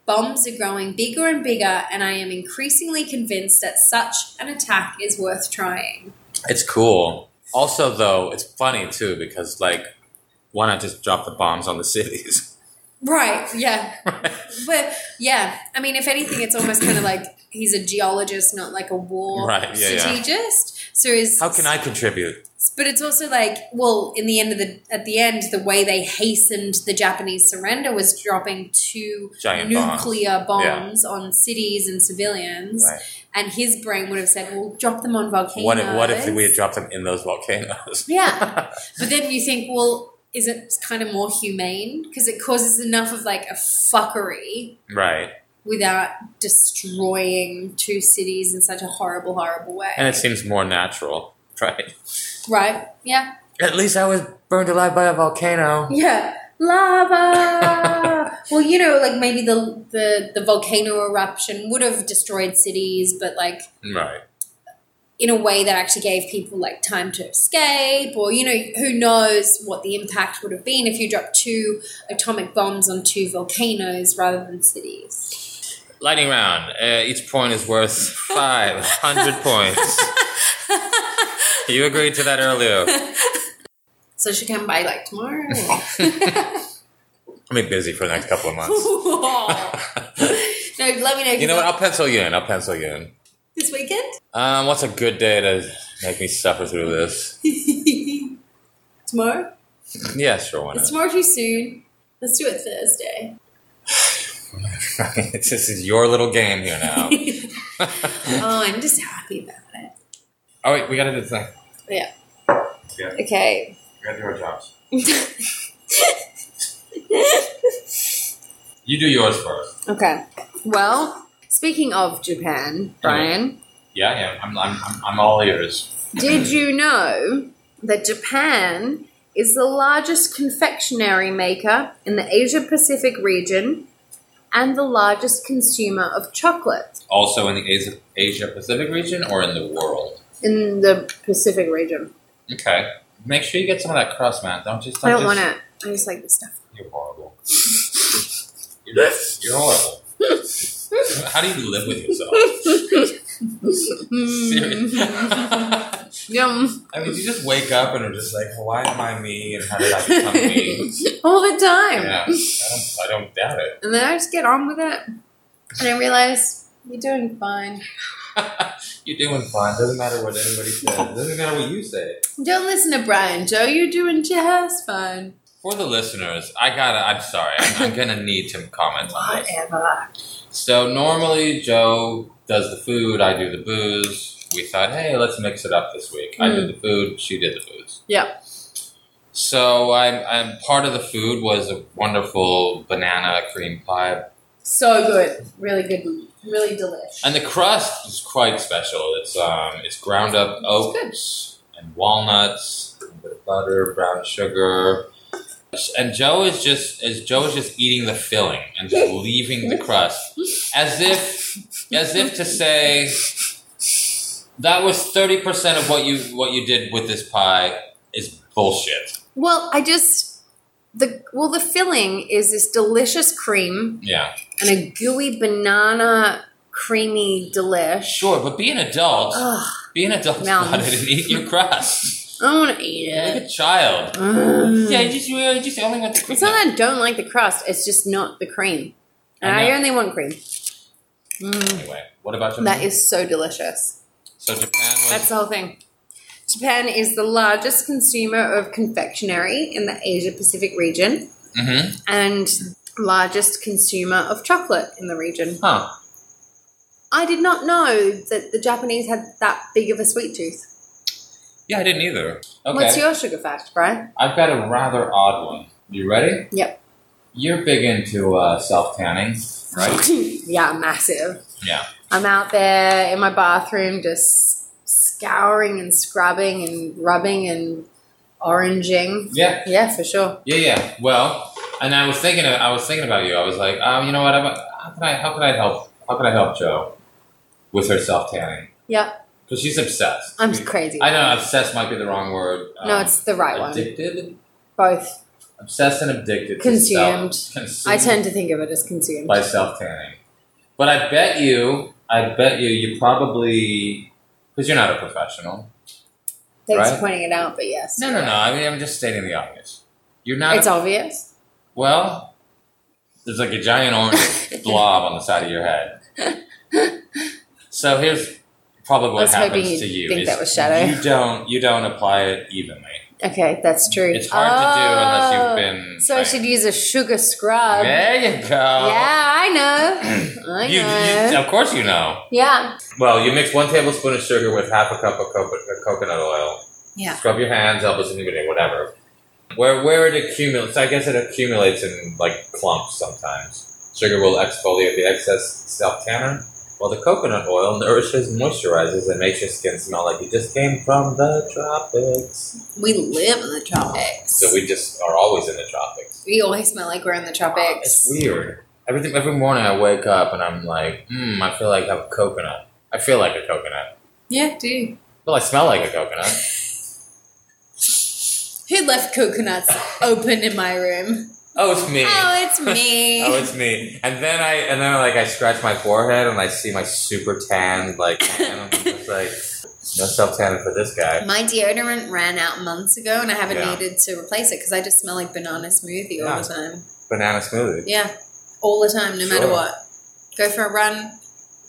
Speaker 2: Bombs are growing bigger and bigger, and I am increasingly convinced that such an attack is worth trying.
Speaker 1: It's cool. Also, though, it's funny too because, like, why not just drop the bombs on the cities?
Speaker 2: Right, yeah. But yeah, I mean, if anything, it's almost kind of like he's a geologist, not like a war
Speaker 1: Right, yeah, yeah.
Speaker 2: strategist. So is
Speaker 1: How can I contribute?
Speaker 2: But it's also like, well, in the end of the at the end, the way they hastened the Japanese surrender was dropping two
Speaker 1: Giant
Speaker 2: nuclear bombs,
Speaker 1: Yeah.
Speaker 2: on cities and civilians.
Speaker 1: Right.
Speaker 2: And his brain would have said, "Well, drop them on volcanoes."
Speaker 1: What if, what if we had dropped them in those volcanoes?
Speaker 2: Yeah. But then you think, well, is it kind of more humane? Because it causes enough of like a fuckery
Speaker 1: right.
Speaker 2: without destroying two cities in such a horrible, horrible way.
Speaker 1: And it seems more natural, right?
Speaker 2: right? Yeah.
Speaker 1: At least I was burned alive by a volcano.
Speaker 2: Yeah. Lava. well, you know, like maybe the, the the volcano eruption would have destroyed cities, but like
Speaker 1: Right.
Speaker 2: in a way that actually gave people like time to escape or you know who knows what the impact would have been if you dropped two atomic bombs on two volcanoes rather than cities
Speaker 1: Lightning round. Uh, each point is worth 500 points. You agreed to that earlier.
Speaker 2: so she can buy like tomorrow
Speaker 1: I'll be busy for the next couple of months.
Speaker 2: no let me know
Speaker 1: You know what? I'll pencil you in. I'll pencil you in.
Speaker 2: this weekend
Speaker 1: Um, what's a good day to make me suffer through this?
Speaker 4: Tomorrow?
Speaker 1: Yeah, sure, why
Speaker 4: It's
Speaker 1: not?
Speaker 4: tomorrow too soon. Let's do it Thursday.
Speaker 1: this is your little game here now.
Speaker 4: oh, I'm just happy about it.
Speaker 1: oh, wait, we gotta do the thing.
Speaker 4: Yeah.
Speaker 1: Yeah, we
Speaker 2: Okay.
Speaker 1: gotta do our jobs. You do yours first.
Speaker 2: okay. Well, speaking of Japan, Brian,
Speaker 1: Yeah, yeah, I'm, I'm, I'm, I'm all ears.
Speaker 2: did you know that Japan is the largest confectionery maker in the Asia Pacific region and the largest consumer of chocolate
Speaker 1: Also in the Asia, Asia Pacific region or in the world?
Speaker 2: in the Pacific region?
Speaker 1: Okay. Make sure you get some of that crust, man. Don't just.
Speaker 2: I don't
Speaker 1: just,
Speaker 2: want it. I just like this stuff.
Speaker 1: You're horrible. you're, you're horrible. How do you live with yourself?
Speaker 2: Mm.
Speaker 1: Seriously. I
Speaker 2: Yum.
Speaker 1: mean, you just wake up and are just like, why am I me and how did I become me?
Speaker 2: All the time.
Speaker 1: Yeah, I don't, I don't doubt it.
Speaker 2: And then I just get on with it. And I realize you're doing fine.
Speaker 1: You're doing fine. Doesn't matter what anybody says. Doesn't matter what you say.
Speaker 2: Don't listen to Brian Joe. You're doing just fine.
Speaker 1: For the listeners, I gotta. I'm sorry. I'm, I'm gonna need to comment on this.
Speaker 2: Whatever.
Speaker 1: So normally Joe does the food, I do the booze. We thought, hey, let's mix it up this week. I did the food, she did the booze.
Speaker 2: Yeah.
Speaker 1: So I'm, I'm part of the food was a wonderful banana cream pie,
Speaker 2: So good. Really good. Really delish.
Speaker 1: and the crust is quite special. It's um, it's ground up oats and walnuts, a bit of butter, brown sugar. And Joe is just as Joe is just eating the filling and just leaving the crust, as if as if to say that was thirty percent of what you what you did with this pie is bullshit.
Speaker 2: Well, I just the well the filling is this delicious cream
Speaker 1: Yeah,
Speaker 2: and a gooey banana creamy delish.
Speaker 1: sure, but be an adult.
Speaker 2: Ugh,
Speaker 1: Be an adult about
Speaker 2: Mountains.
Speaker 1: it and eat your crust
Speaker 2: I don't want to eat
Speaker 1: like
Speaker 2: it.
Speaker 1: a child.
Speaker 2: Mm.
Speaker 1: Yeah, you just you just only want the cream.
Speaker 2: It's not that I don't like the crust. It's just not the cream. And
Speaker 1: I
Speaker 2: I,
Speaker 1: know.
Speaker 2: only want cream. Mm,
Speaker 1: Anyway, what about Japan?
Speaker 2: that is so delicious.
Speaker 1: so Japan was
Speaker 2: That's the whole thing. Japan is the largest consumer of confectionery in the Asia Pacific region
Speaker 1: hmm
Speaker 2: and largest consumer of chocolate in the region.
Speaker 1: huh.
Speaker 2: I did not know that the Japanese had that big of a sweet tooth.
Speaker 1: Yeah, I didn't either. Okay,
Speaker 2: What's your sugar fact, Brian?
Speaker 1: I've got a rather odd one. You ready?
Speaker 2: Yep.
Speaker 1: You're big into uh, self tanning, right?
Speaker 2: yeah, massive.
Speaker 1: Yeah.
Speaker 2: I'm out there in my bathroom just scouring and scrubbing and rubbing and oranging.
Speaker 1: yeah,
Speaker 2: Yeah, for sure.
Speaker 1: yeah, yeah. Well, and I was thinking, I was thinking about you. I was like, oh, you know what? I'm, how can I? How can I help? How can I help Jo with her self tanning?
Speaker 2: Yeah,
Speaker 1: Because she's obsessed.
Speaker 2: I'm crazy.
Speaker 1: Hmm. I know obsessed might be the wrong word.
Speaker 2: no,
Speaker 1: Um,
Speaker 2: it's the right one.
Speaker 1: addicted.
Speaker 2: Both.
Speaker 1: Obsessed and addicted. to
Speaker 2: Consumed.
Speaker 1: self- consumed.
Speaker 2: I tend to think of it as consumed.
Speaker 1: by self tanning. But I bet you, I bet you, you probably, because you're not a professional.
Speaker 2: Thanks
Speaker 1: right?
Speaker 2: for pointing it out, but yes.
Speaker 1: No, no, no. I mean, I'm just stating the obvious. You're not.
Speaker 2: It's obvious.
Speaker 1: well, there's like a giant orange blob on the side of your head. So here's probably
Speaker 2: I
Speaker 1: what
Speaker 2: was hoping
Speaker 1: happens
Speaker 2: you'd
Speaker 1: to you.
Speaker 2: think
Speaker 1: is
Speaker 2: that was shadow.
Speaker 1: You don't. You don't apply it evenly.
Speaker 2: Okay, that's true.
Speaker 1: It's hard to do
Speaker 2: Oh.
Speaker 1: unless you've been.
Speaker 2: So I should use a sugar scrub.
Speaker 1: There you go.
Speaker 2: Yeah, I know. I
Speaker 1: You,
Speaker 2: know.
Speaker 1: you, of course you know.
Speaker 2: yeah.
Speaker 1: Well, you mix one tablespoon of sugar with half a cup of co- coconut oil.
Speaker 4: Yeah.
Speaker 1: Scrub your hands, elbows, and everything, whatever. Where where it accumulates, I guess it accumulates in like clumps sometimes. Sugar will exfoliate the excess self tannin, while the coconut oil nourishes, moisturizes, and makes your skin smell like you just came from the tropics.
Speaker 2: We live in the tropics.
Speaker 1: So we just are always in the tropics.
Speaker 2: we always smell like we're in the
Speaker 1: It's
Speaker 2: tropics.
Speaker 1: weird. Every every morning I wake up and I'm like, hmm, I feel like I have a coconut. I feel like a coconut.
Speaker 4: Yeah, do.
Speaker 1: Well, I smell like a coconut.
Speaker 4: Who left coconuts open in my room?
Speaker 1: Oh, it's me.
Speaker 4: Oh, it's me.
Speaker 1: Oh, it's me. And then I and then like I scratch my forehead and I see my super tan like hand. I'm just like no self tanning for this guy.
Speaker 4: my deodorant ran out months ago and I haven't
Speaker 1: Yeah.
Speaker 4: needed to replace it because I just smell like banana smoothie
Speaker 1: Yeah.
Speaker 4: all the time.
Speaker 1: Banana smoothie.
Speaker 4: Yeah, all the time, no matter
Speaker 1: Sure.
Speaker 4: what. Go for a run,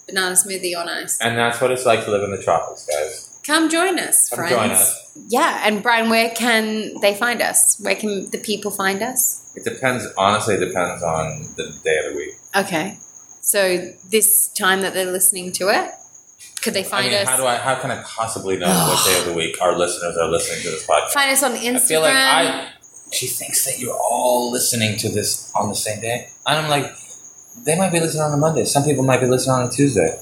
Speaker 4: banana smoothie on ice.
Speaker 1: And that's what it's like to live in the tropics, guys.
Speaker 2: Come join us,
Speaker 1: Come
Speaker 2: friends.
Speaker 1: join us.
Speaker 2: Yeah, and Brian, where can they find us? Where can the people find us?
Speaker 1: It depends. Honestly, it depends on the day of the week.
Speaker 2: Okay. So this time that they're listening to it, could they find
Speaker 1: I mean,
Speaker 2: us?
Speaker 1: how do I? How can I possibly know what day of the week our listeners are listening to this podcast?
Speaker 2: find us on Instagram.
Speaker 1: I feel like I. She thinks that you're all listening to this on the same day, and I'm like, they might be listening on a Monday. Some people might be listening on a Tuesday.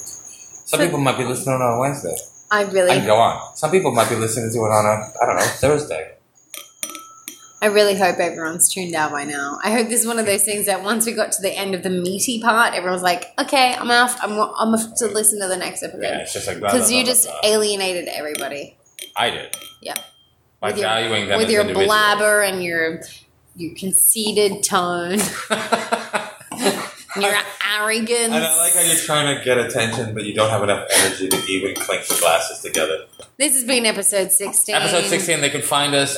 Speaker 1: Some
Speaker 2: So-
Speaker 1: people might be listening on a Wednesday.
Speaker 2: I really
Speaker 1: I can go on. Some people might be listening to it on a I don't know Thursday.
Speaker 2: I really hope everyone's tuned out by now. I hope this is one of those things that once we got to the end of the meaty part, everyone's like, okay, I'm off. I'm, I'm off to listen to the next
Speaker 1: Yeah,
Speaker 2: episode.
Speaker 1: it's just like blah, blah,
Speaker 2: Because
Speaker 1: blah,
Speaker 2: you
Speaker 1: blah,
Speaker 2: just
Speaker 1: blah.
Speaker 2: alienated everybody
Speaker 1: I did.
Speaker 2: Yeah.
Speaker 1: By
Speaker 2: With your-
Speaker 1: valuing them
Speaker 2: with
Speaker 1: as
Speaker 2: your
Speaker 1: individuals.
Speaker 2: blabber and your your conceited tone, and your arrogance.
Speaker 1: and I like how you're trying to get attention, but you don't have enough energy to even clink the glasses together.
Speaker 2: This has been episode 16.
Speaker 1: Episode 16, they can find us.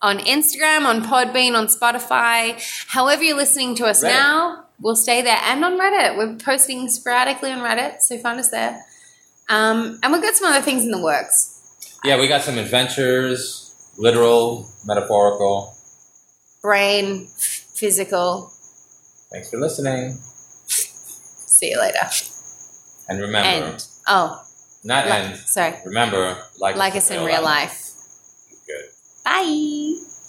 Speaker 2: On Instagram, on Podbean, on Spotify. However, you're listening to us
Speaker 1: Reddit.
Speaker 2: now, we'll stay there and on Reddit. We're posting sporadically on Reddit, so find us there. Um, and we've got some other things in the works.
Speaker 1: Yeah, we got some adventures, literal, metaphorical.
Speaker 2: Brain, f- physical.
Speaker 1: Thanks for listening.
Speaker 2: See you later.
Speaker 1: And remember,
Speaker 2: And, oh,
Speaker 1: not
Speaker 2: li-
Speaker 1: end,
Speaker 2: sorry.
Speaker 1: remember, like,
Speaker 2: Like us in real life.
Speaker 1: Good.
Speaker 2: Bye.